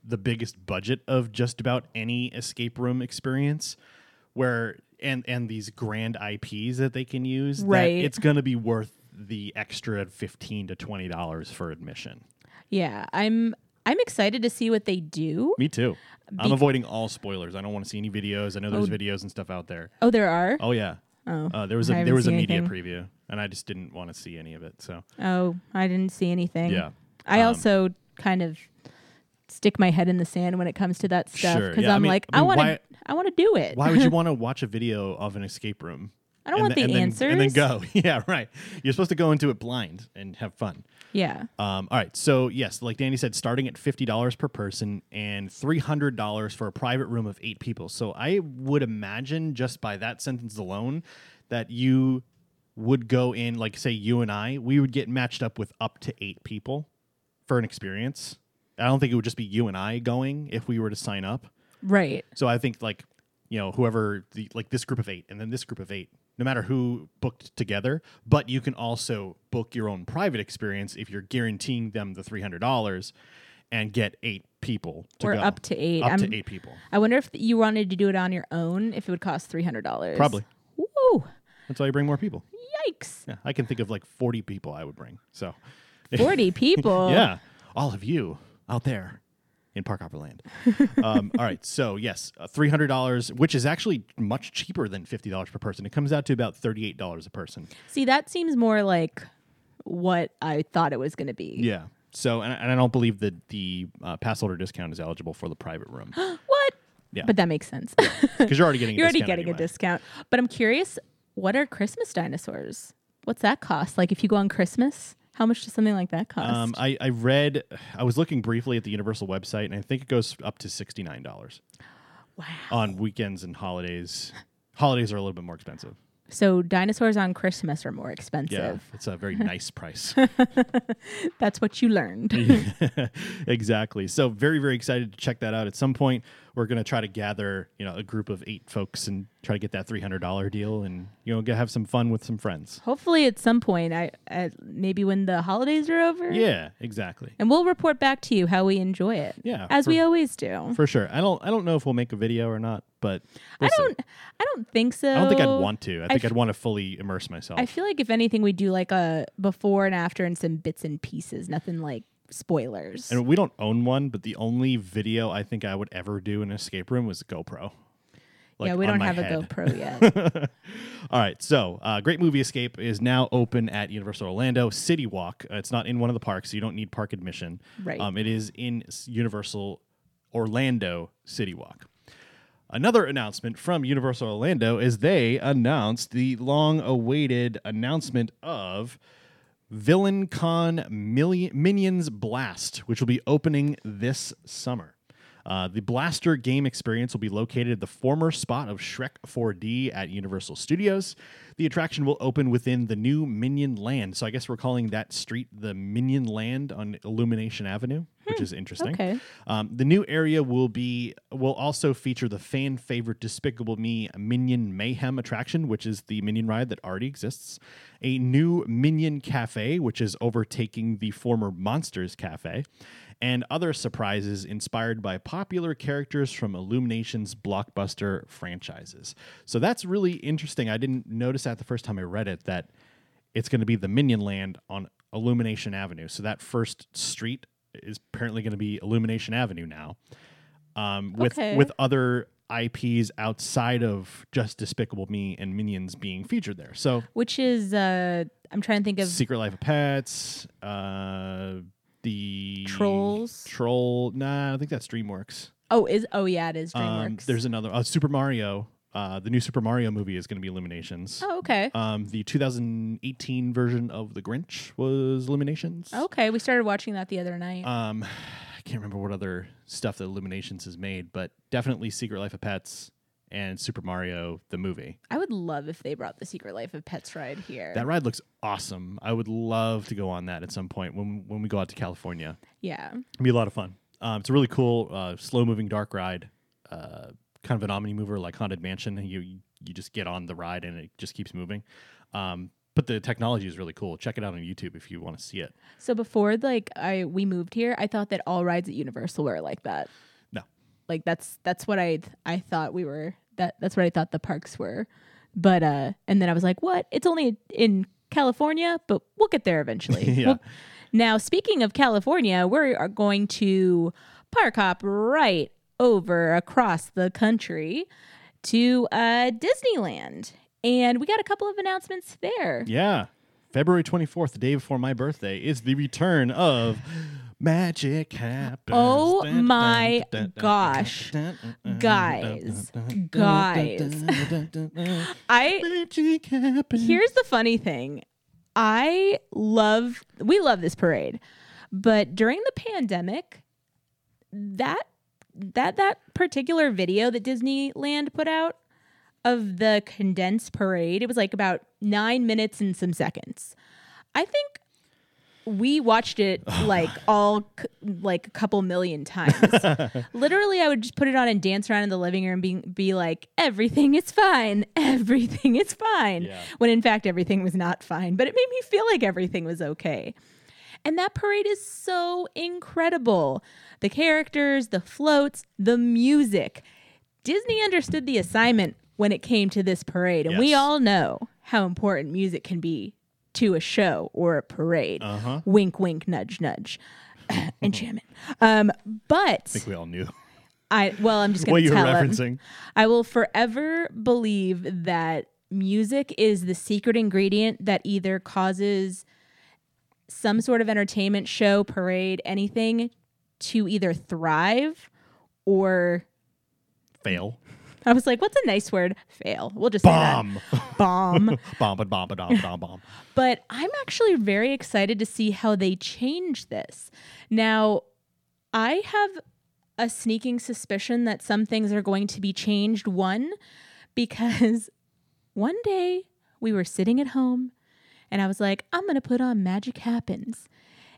A: the biggest budget of just about any escape room experience where and and these grand IPs that they can use that
B: Right.
A: it's going to be worth the extra 15 to 20 dollars for admission.
B: Yeah, I'm I'm excited to see what they do.
A: Me too. I'm avoiding all spoilers. I don't want to see any videos. I know there's videos and stuff out there.
B: Oh, there are.
A: Oh yeah.
B: Oh.
A: Uh, there was
B: I
A: a
B: haven't
A: there was a
B: seen
A: media
B: anything.
A: preview and I just didn't want to see any of it. So,
B: Oh, I didn't see anything.
A: yeah.
B: I
A: um,
B: also kind of stick my head in the sand when it comes to that stuff
A: Sure,
B: because
A: yeah, I
B: I'm
A: mean-
B: like,
A: I
B: I,
A: mean,
B: want
A: why-
B: to, I want to do it.
A: Why would you want to watch a video of an escape room?
B: I don't want
A: th-
B: the
A: then-
B: answers.
A: And then go. Yeah, right. You're supposed to go into it blind and have fun.
B: Yeah.
A: Um, all right. So, yes, like Danny said, starting at $50 per person and $300 for a private room of eight people. So, I would imagine just by that sentence alone that you would go in, like, say, you and I, we would get matched up with up to eight people for an experience. I don't think it would just be you and I going if we were to sign up.
B: Right.
A: So I think like you know whoever the, like this group of eight and then this group of eight, no matter who booked together. But you can also book your own private experience if you're guaranteeing them the three hundred dollars, and get eight people to
B: Or
A: go
B: up to eight.
A: up
B: I'm-
A: to eight people.
B: I wonder if you wanted to do it on your own, if it would cost three hundred dollars.
A: Probably.
B: Ooh,
A: That's why you bring more people.
B: yikes!
A: Yeah, I can think of like forty people I would bring. So
B: Forty people.
A: yeah, all of you out there in Park Opperland. um, all right, so yes, uh, three hundred dollars, which is actually much cheaper than fifty dollars per person. It comes out to about thirty-eight dollars a person.
B: See, that seems more like what I thought it was going to be.
A: Yeah. So, and, and I don't believe that the uh, pass holder discount is eligible for the private room
B: What?
A: Yeah.
B: But that makes sense.
A: because you're already getting. A
B: You're already
A: discount
B: getting a
A: anyway.
B: discount. But I'm curious, what are Christmas dinosaurs? What's that cost? Like, if you go on Christmas, how much does something like that cost?
A: Um, I, I read, I was looking briefly at the Universal website, and I think it goes up to sixty nine dollars
B: wow.
A: on weekends and holidays. Holidays are a little bit more expensive.
B: So dinosaurs on Christmas are more
A: Yeah,
B: expensive.
A: it's a very nice price.
B: That's what you learned.
A: exactly. So very very excited to check that out. At some point, we're gonna try to gather you know a group of eight folks and try to get that three hundred dollar deal, and you know go have some fun with some friends.
B: Hopefully, at some point, I, I maybe when the holidays are over.
A: Yeah, exactly.
B: and we'll report back to you how we enjoy it.
A: Yeah,
B: as
A: for-
B: we always do.
A: for sure. I don't I don't know if we'll make a video or not, but
B: I
A: we'll see.
B: don't. I don't think so.
A: I don't think I'd want to. I think i I'd
B: f-
A: want to fully immerse myself.
B: I feel like if anything, we do like a before and after and some bits and pieces. Nothing like spoilers.
A: And we don't own one, but the only video I think I would ever do in an escape room was a GoPro.
B: yeah,
A: Like,
B: we
A: on
B: don't
A: my
B: have
A: head.
B: a GoPro yet.
A: All right, so uh, Great Movie Escape is now open at Universal Orlando City Walk. Uh, it's not in one of the parks, so you don't need park admission.
B: Right.
A: Um, it is in S- Universal Orlando City Walk. Another announcement from Universal Orlando is they announced the long-awaited announcement of Villain Con Milli- Minions Blast, which will be opening this summer. Uh, the Blaster game experience will be located at the former spot of Shrek 4D at Universal Studios. The attraction will open within the new Minion Land. So I guess we're calling that street the Minion Land on Illumination Avenue, which is interesting.
B: okay.
A: Um, the new area will be will also feature the fan favorite Despicable Me Minion Mayhem attraction, which is the Minion ride that already exists. A new Minion Cafe, which is overtaking the former Monsters Cafe, and other surprises inspired by popular characters from Illumination's blockbuster franchises. So that's really interesting. I didn't notice that the first time I read it that it's going to be the Minion Land on Illumination Avenue. So that first street is apparently going to be Illumination Avenue now, um, with
B: Okay.
A: with other IPs outside of just Despicable Me and Minions being featured there. So
B: Which is uh I'm trying to think of
A: Secret Life of Pets, uh, the
B: Trolls?
A: Troll. Nah, I think that's DreamWorks.
B: Oh, is oh yeah, it is DreamWorks.
A: Um, there's another uh, Super Mario. Uh, the new Super Mario movie is going to be Illuminations.
B: Oh, okay.
A: Um, the 2018 version of The Grinch was Illuminations.
B: okay, we started watching that the other night.
A: Um, I can't remember what other stuff that Illuminations has made, but definitely Secret Life of Pets and Super Mario the movie.
B: I would love if they brought the Secret Life of Pets ride here.
A: That ride looks awesome. I would love to go on that at some point when when we go out to California.
B: yeah.
A: It'd be a lot of fun. Um, it's a really cool, uh, slow moving dark ride, uh, kind of an omni mover like Haunted Mansion. You you just get on the ride and it just keeps moving. Um, but the technology is really cool. Check it out on YouTube if you want to see it.
B: So before like I we moved here, I thought that all rides at Universal were like that.
A: No.
B: Like that's that's what I I thought we were that that's what I thought the parks were. But uh and then I was like, "What? It's only in California, but we'll get there eventually."
A: Yeah.
B: We'll- now, speaking of California, we are going to park hop right over across the country to uh Disneyland. And we got a couple of announcements there.
A: Yeah. February 24th, the day before my birthday, is the return of Magic Happens.
B: Oh my gosh. Guys. Guys. I
A: Magic Happens.
B: Here's the funny thing. I love we love this parade. But during the pandemic, that that that particular video that Disneyland put out of the condensed parade, it was like about 9 minutes and some seconds. I think we watched it like all c- like a couple million times. Literally, I would just put it on and dance around in the living room, being be like, "Everything is fine, everything is fine."
A: Yeah.
B: When in fact, everything was not fine, but it made me feel like everything was okay. And that parade is so incredible. The characters, the floats, the music. Disney understood the assignment when it came to this parade, and we
A: Yes.
B: all know how important music can be to a show or a parade.
A: Uh-huh.
B: Wink, wink, nudge, nudge. Enchantment. Um, but
A: I think we all knew
B: I well, I'm just gonna
A: what you were
B: tell him.
A: referencing.
B: I will forever believe that music is the secret ingredient that either causes some sort of entertainment show, parade, anything to either thrive or
A: Fail.
B: I was like, what's a nice word? Fail. We'll just
A: Bomb.
B: say that. Bomb.
A: bomb, ba- bomb, ba- bomb, bomb, bomb.
B: but I'm actually very excited to see how they change this. Now, I have a sneaking suspicion that some things are going to be changed. One, because one day we were sitting at home and I was like, I'm going to put on Magic Happens.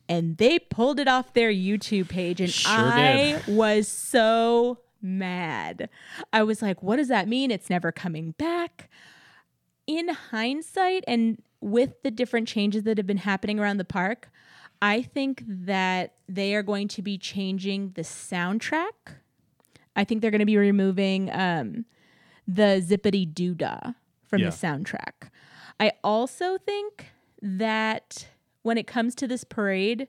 B: And they pulled it off their YouTube page, and
A: Sure
B: I was so mad. I was like, what does that mean? It's never coming back in hindsight and with the different changes that have been happening around the park, I think that they are going to be changing the soundtrack. I think they're going to be removing um, the zippity doo dah from
A: Yeah.
B: the soundtrack. I also think that when it comes to this parade,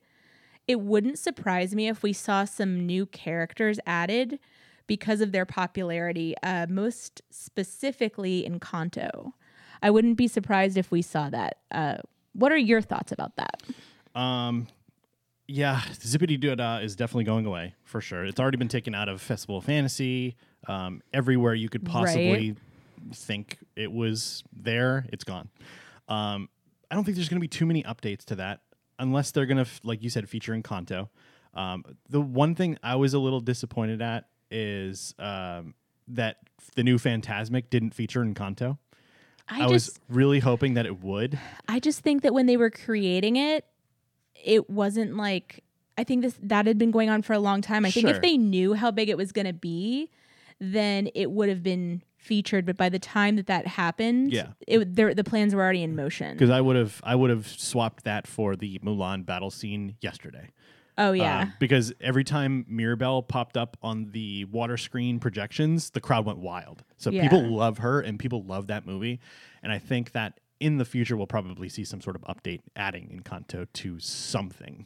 B: it wouldn't surprise me if we saw some new characters added because of their popularity, uh, most specifically in Kanto. I wouldn't be surprised if we saw that. Uh, what are your thoughts about that?
A: Um, yeah, Zippity Doo Dah is definitely going away for sure. It's already been taken out of Festival of Fantasy. Um, everywhere you could possibly think it was there, it's gone. Um, I don't think there's going to be too many updates to that unless they're going to, f- like you said, feature in Kanto. Um, the one thing I was a little disappointed at is um, that the new Phantasmic didn't feature in Kanto.
B: I,
A: I, was
B: just
A: really hoping that it would.
B: I just think that when they were creating it, it wasn't like I think this that had been going on for a long time. I think
A: Sure.
B: if they knew how big it was going to be, then it would have been featured. But by the time that that happened,
A: Yeah.
B: it, there, the plans were already in motion.
A: because I would have I would have swapped that for the Mulan battle scene yesterday.
B: Oh yeah,
A: Um, because every time Mirabelle popped up on the water screen projections, the crowd went wild. So
B: Yeah.
A: people love her and people love that movie, and I think that in the future we'll probably see some sort of update adding Encanto to something.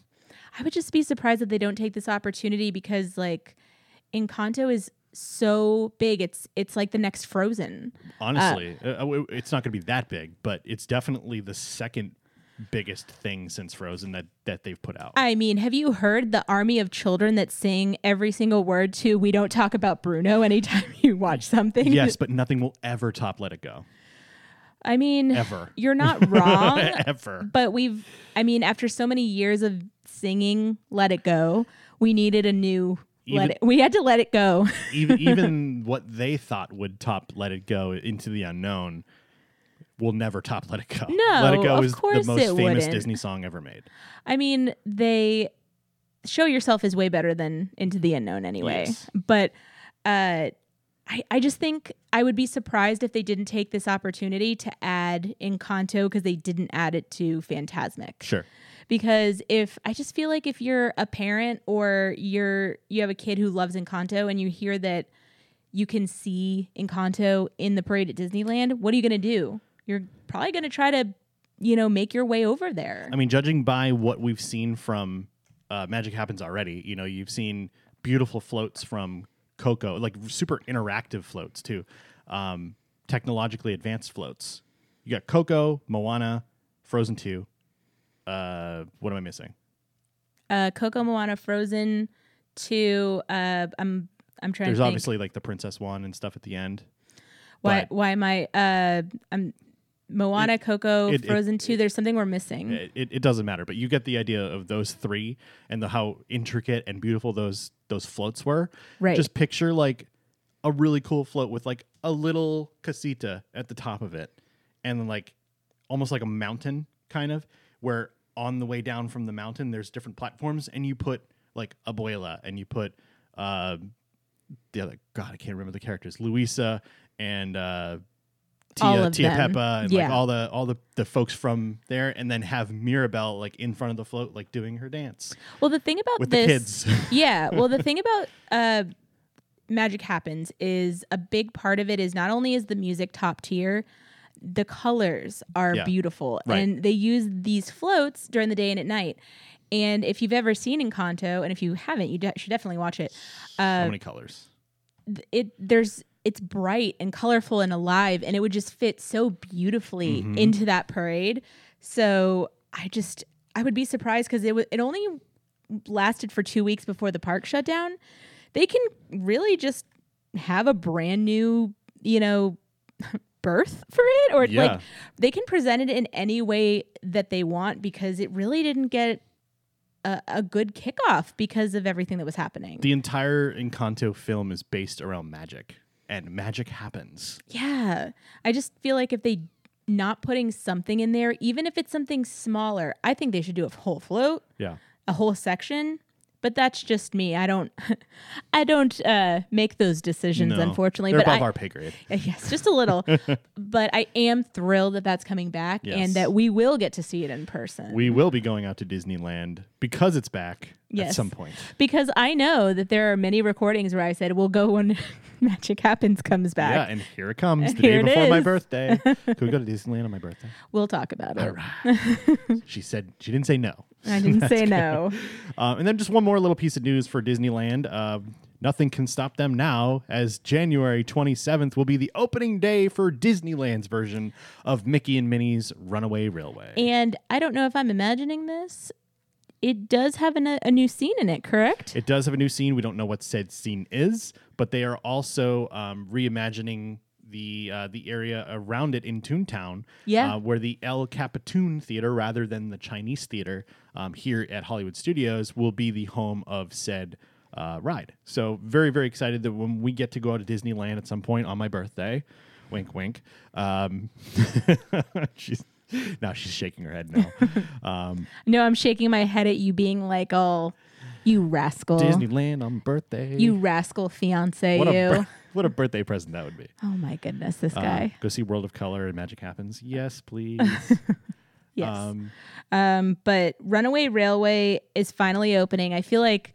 B: I would just be surprised that they don't take this opportunity because like Encanto is so big. It's it's like the next Frozen.
A: Honestly, uh, w- it's not going to be that big, but it's definitely the second biggest thing since Frozen that that they've put out.
B: I mean, have you heard the army of children that sing every single word to "We Don't Talk About Bruno" anytime you watch something?
A: yes, but nothing will ever top Let It Go.
B: I mean,
A: Ever.
B: you're not wrong,
A: ever.
B: but we've. I mean, after so many years of singing "Let It Go," we needed a new.
A: Even-
B: let it, we had to let it go.
A: even even what they thought would top Let It Go into the unknown will never top Let It Go.
B: No,
A: Let It Go
B: of
A: is the
B: course
A: most
B: it
A: famous
B: wouldn't.
A: Disney song ever made.
B: I mean, they show yourself is way better than into the unknown anyway.
A: Yes.
B: But uh, I, I just think I would be surprised if they didn't take this opportunity to add Encanto because they didn't add it to Phantasmic.
A: Sure.
B: Because if I just feel like if you're a parent or you're you have a kid who loves Encanto and you hear that you can see Encanto in the parade at Disneyland, what are you gonna do? You're probably gonna try to, you know, make your way over there.
A: I mean, judging by what we've seen from uh, Magic Happens already, you know, you've seen beautiful floats from Coco, like super interactive floats too, um, technologically advanced floats. You got Coco, Moana, Frozen Two. Uh, what am I missing?
B: uh, Coco Moana Frozen to uh, I'm I'm trying
A: There's
B: to think
A: obviously like the Princess one and stuff at the end.
B: why
A: but-
B: why am I uh, I'm Moana Coco
A: it- it-
B: Frozen two. There's something we're missing.
A: it, it- it doesn't matter but you get the idea of those three and the how intricate and beautiful those those floats were
B: Right.
A: just picture like a really cool float with like a little casita at the top of it and then like almost like a mountain kind of where on the way down from the mountain there's different platforms and you put like abuela and you put uh the other god i can't remember the characters luisa and uh Tia,
B: All of
A: Tia
B: them.
A: Peppa and like
B: Yeah.
A: all the all the, the folks from there and then have Mirabelle like in front of the float like doing her dance
B: well, the thing about
A: with
B: Oh, this,
A: the kids.
B: yeah. Well, the thing about uh, Magic Happens is a big part of it is not only is the music top tier, the colors are
A: Yeah.
B: beautiful,
A: Right.
B: and they use these floats during the day and at night. And if you've ever seen Encanto, and if you haven't, you de- should definitely watch it.
A: How
B: Uh,
A: many colors?
B: th- it there's it's bright and colorful and alive and it would just fit so beautifully
A: Mhm.
B: into that parade so i just i would be surprised because it was it only lasted for two weeks before the park shut down they can really just have a brand new you know birth for it or
A: Yeah.
B: like they can present it in any way that they want because it really didn't get a, a good kickoff because of everything that was happening
A: The entire Encanto film is based around magic and magic happens.
B: Yeah. I just feel like if they not putting something in there, even if it's something smaller, I think they should do a whole float,
A: Yeah.
B: a whole section. But that's just me. I don't I don't uh make those decisions unfortunately,
A: They're
B: but
A: above
B: I,
A: our pay grade.
B: yes, just a little. but I am thrilled that that's coming back
A: Yes.
B: and that we will get to see it in person.
A: We will be going out to Disneyland because it's back at
B: Yes.
A: some point.
B: because I know that there are many recordings where I said we'll go when Magic Happens comes
A: Yeah,
B: back.
A: and here it comes the
B: Here
A: day
B: it
A: before my
B: is.
A: birthday. Could we go to Disneyland on my birthday?
B: We'll talk about it.
A: All right. she said she didn't say no.
B: I didn't say no.
A: Uh, and then just one more little piece of news for Disneyland. Uh, nothing can stop them now, as January 27th will be the opening day for Disneyland's version of Mickey and Minnie's Runaway Railway.
B: And I don't know if I'm imagining this. It does have an, a new scene in it, correct?
A: it does have a new scene. We don't know what said scene is, but they are also um, reimagining the uh, the area around it in Toontown,
B: Yeah.
A: uh, where the El Capitan Theater, rather than the Chinese Theater um, here at Hollywood Studios, will be the home of said uh, ride. So very very excited that when we get to go out to Disneyland at some point on my birthday, wink wink. Um, she's now she's shaking her head now. um,
B: no, I'm shaking my head at you being like, oh, you rascal.
A: Disneyland on birthday.
B: You rascal fiance,
A: what a
B: you.
A: bir- what a birthday present that would be.
B: oh my goodness, this
A: Uh,
B: guy.
A: go see World of Color and Magic Happens. Yes, please.
B: Yes.
A: Um,
B: Um, but Runaway Railway is finally opening. I feel like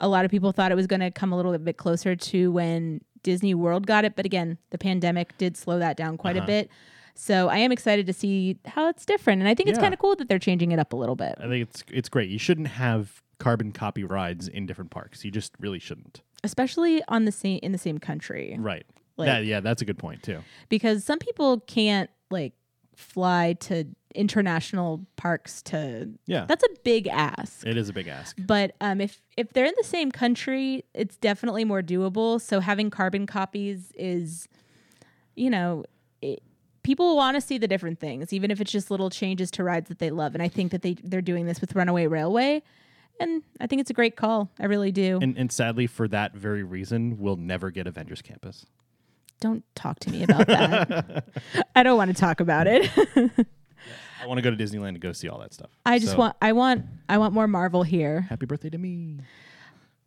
B: a lot of people thought it was going to come a little bit closer to when Disney World got it, but again, the pandemic did slow that down quite
A: Uh-huh.
B: a bit. So I am excited to see how it's different, and I think it's
A: Yeah.
B: kind of cool that they're changing it up a little bit.
A: I think it's it's great. You shouldn't have carbon copy rides in different parks. You just really shouldn't.
B: especially on the same in the same country
A: Right.
B: Like-
A: That- yeah, that's a good point too.
B: because some people can't like fly to international parks to
A: Yeah.
B: that's a big ask
A: it is a big ask.
B: but um, if if they're in the same country it's definitely more doable so having carbon copies is you know it, people want to see the different things even if it's just little changes to rides that they love and i think that they they're doing this with runaway railway and i think it's a great call i really do
A: And and sadly for that very reason, we'll never get Avengers Campus.
B: don't talk to me about that i don't want to talk about it
A: I want to go to Disneyland to go see all that stuff.
B: I just
A: So,
B: want I want I want more Marvel here.
A: Happy birthday to me.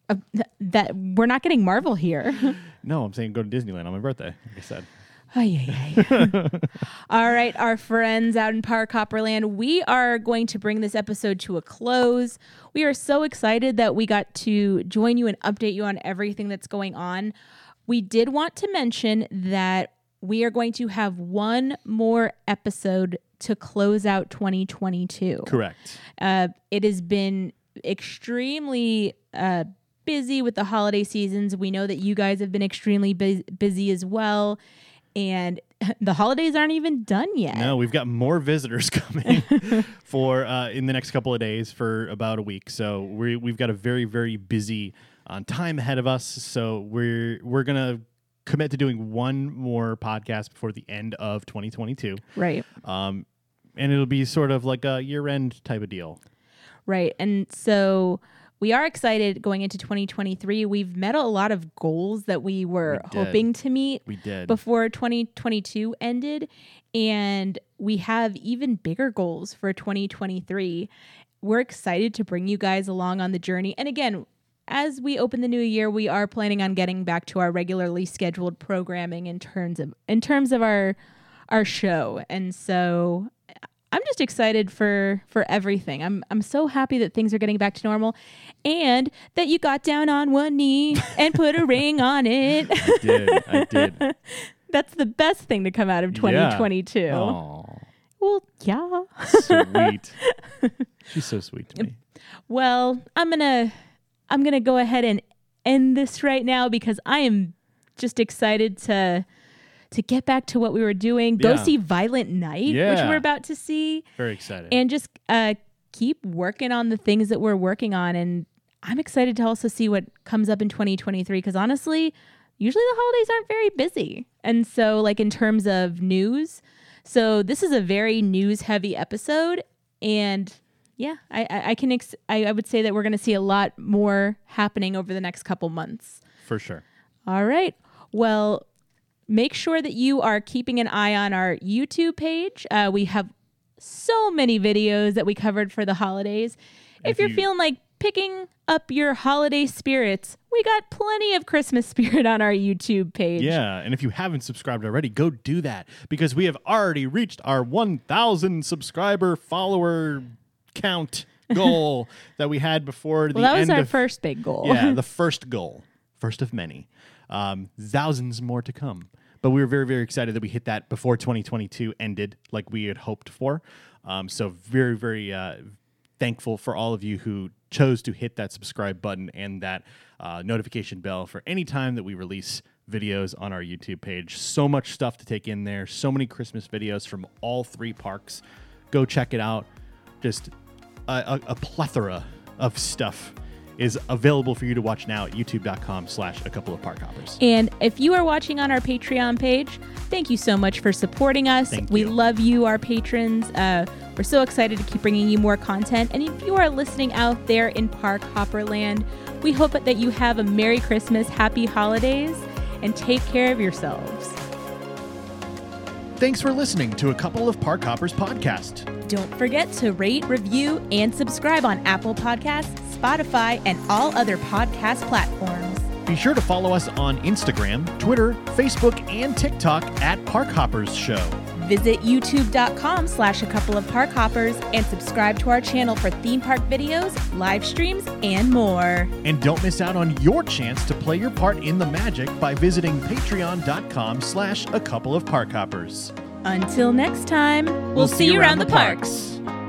B: Uh, th- that we're not getting Marvel here.
A: No, I'm saying go to Disneyland on my birthday. Like I said.
B: Ay, ay, ay. All right, our friends out in Park Hopperland, we are going to bring this episode to a close. We are so excited that we got to join you and update you on everything that's going on. We did want to mention that we are going to have one more episode to close out 2022.
A: Correct.
B: Uh, it has been extremely uh, busy with the holiday seasons. We know that you guys have been extremely bu- busy as well. And the holidays aren't even done yet.
A: No, we've got more visitors coming for uh, in the next couple of days for about a week. So we we've got a very very busy on time ahead of us. So we're we're gonna commit to doing one more podcast before the end of 2022,
B: Right,
A: um, and it'll be sort of like a year end type of deal.
B: right. And so we are excited going into 2023. We've met a lot of goals that we were
A: We did.
B: hoping to meet
A: We did.
B: before 2022 ended and we have even bigger goals for 2023 we're excited to bring you guys along on the journey and again as we open the new year we are planning on getting back to our regularly scheduled programming in terms of in terms of our our show and so I'm just excited for for everything. I'm I'm so happy that things are getting back to normal and that you got down on one knee and put a ring on it.
A: I did. I did.
B: That's the best thing to come out of 2022.
A: Aw,
B: Well, yeah.
A: sweet. She's so sweet to me.
B: Well, I'm going to I'm going to go ahead and end this right now because I am just excited to to get back to what we were doing. Go
A: Yeah.
B: see Violent Night, which
A: Yeah.
B: we're about to see,
A: Very excited.
B: and just uh keep working on the things that we're working on and I'm excited to also see what comes up in 2023 because honestly, usually the holidays aren't very busy. And so, like, in terms of news, so this is a very news heavy episode. And yeah, I, I, I can, ex- I, I would say that we're going to see a lot more happening over the next couple months.
A: for sure.
B: All right. Well, make sure that you are keeping an eye on our YouTube page. Uh, we have so many videos that we covered for the holidays. If,
A: If
B: you're
A: you-
B: feeling like picking up your holiday spirits, we got plenty of Christmas spirit on our YouTube page.
A: Yeah, and if you haven't subscribed already, go do that because we have already reached our 1,000 subscriber follower count goal that we had before the
B: Well, that was
A: end
B: our
A: of,
B: first big goal.
A: Yeah, the first goal, first of many, um, thousands more to come. But we were very, very excited that we hit that before 2022 ended, like we had hoped for. Um, so very, very. Uh, thankful for all of you who chose to hit that subscribe button and that uh, notification bell for any time that we release videos on our YouTube page. So much stuff to take in there, so many Christmas videos from all three parks. Go check it out. Just a, a, a plethora of stuff is available for you to watch now at youtube.com slash a couple of park hoppers.
B: And if you are watching on our Patreon page, thank you so much for supporting us.
A: Thank
B: we
A: you.
B: love you, our patrons. Uh, we're so excited to keep bringing you more content. And if you are listening out there in Park Hopperland, we hope that you have a Merry Christmas, Happy Holidays, and take care of yourselves.
A: Thanks for listening to a couple of park hoppers podcast.
B: Don't forget to rate, review, and subscribe on Apple Podcasts, Spotify, and all other podcast platforms.
A: Be sure to follow us on Instagram, Twitter, Facebook, and TikTok at Park Hoppers Show.
B: Visit youtube.com slash a couple of park hoppers and subscribe to our channel for theme park videos, live streams, and more.
A: And don't miss out on your chance to play your part in the magic by visiting patreon.com slash a couple of park hoppers.
B: Until next time, we'll, see you around the parks.
A: parks.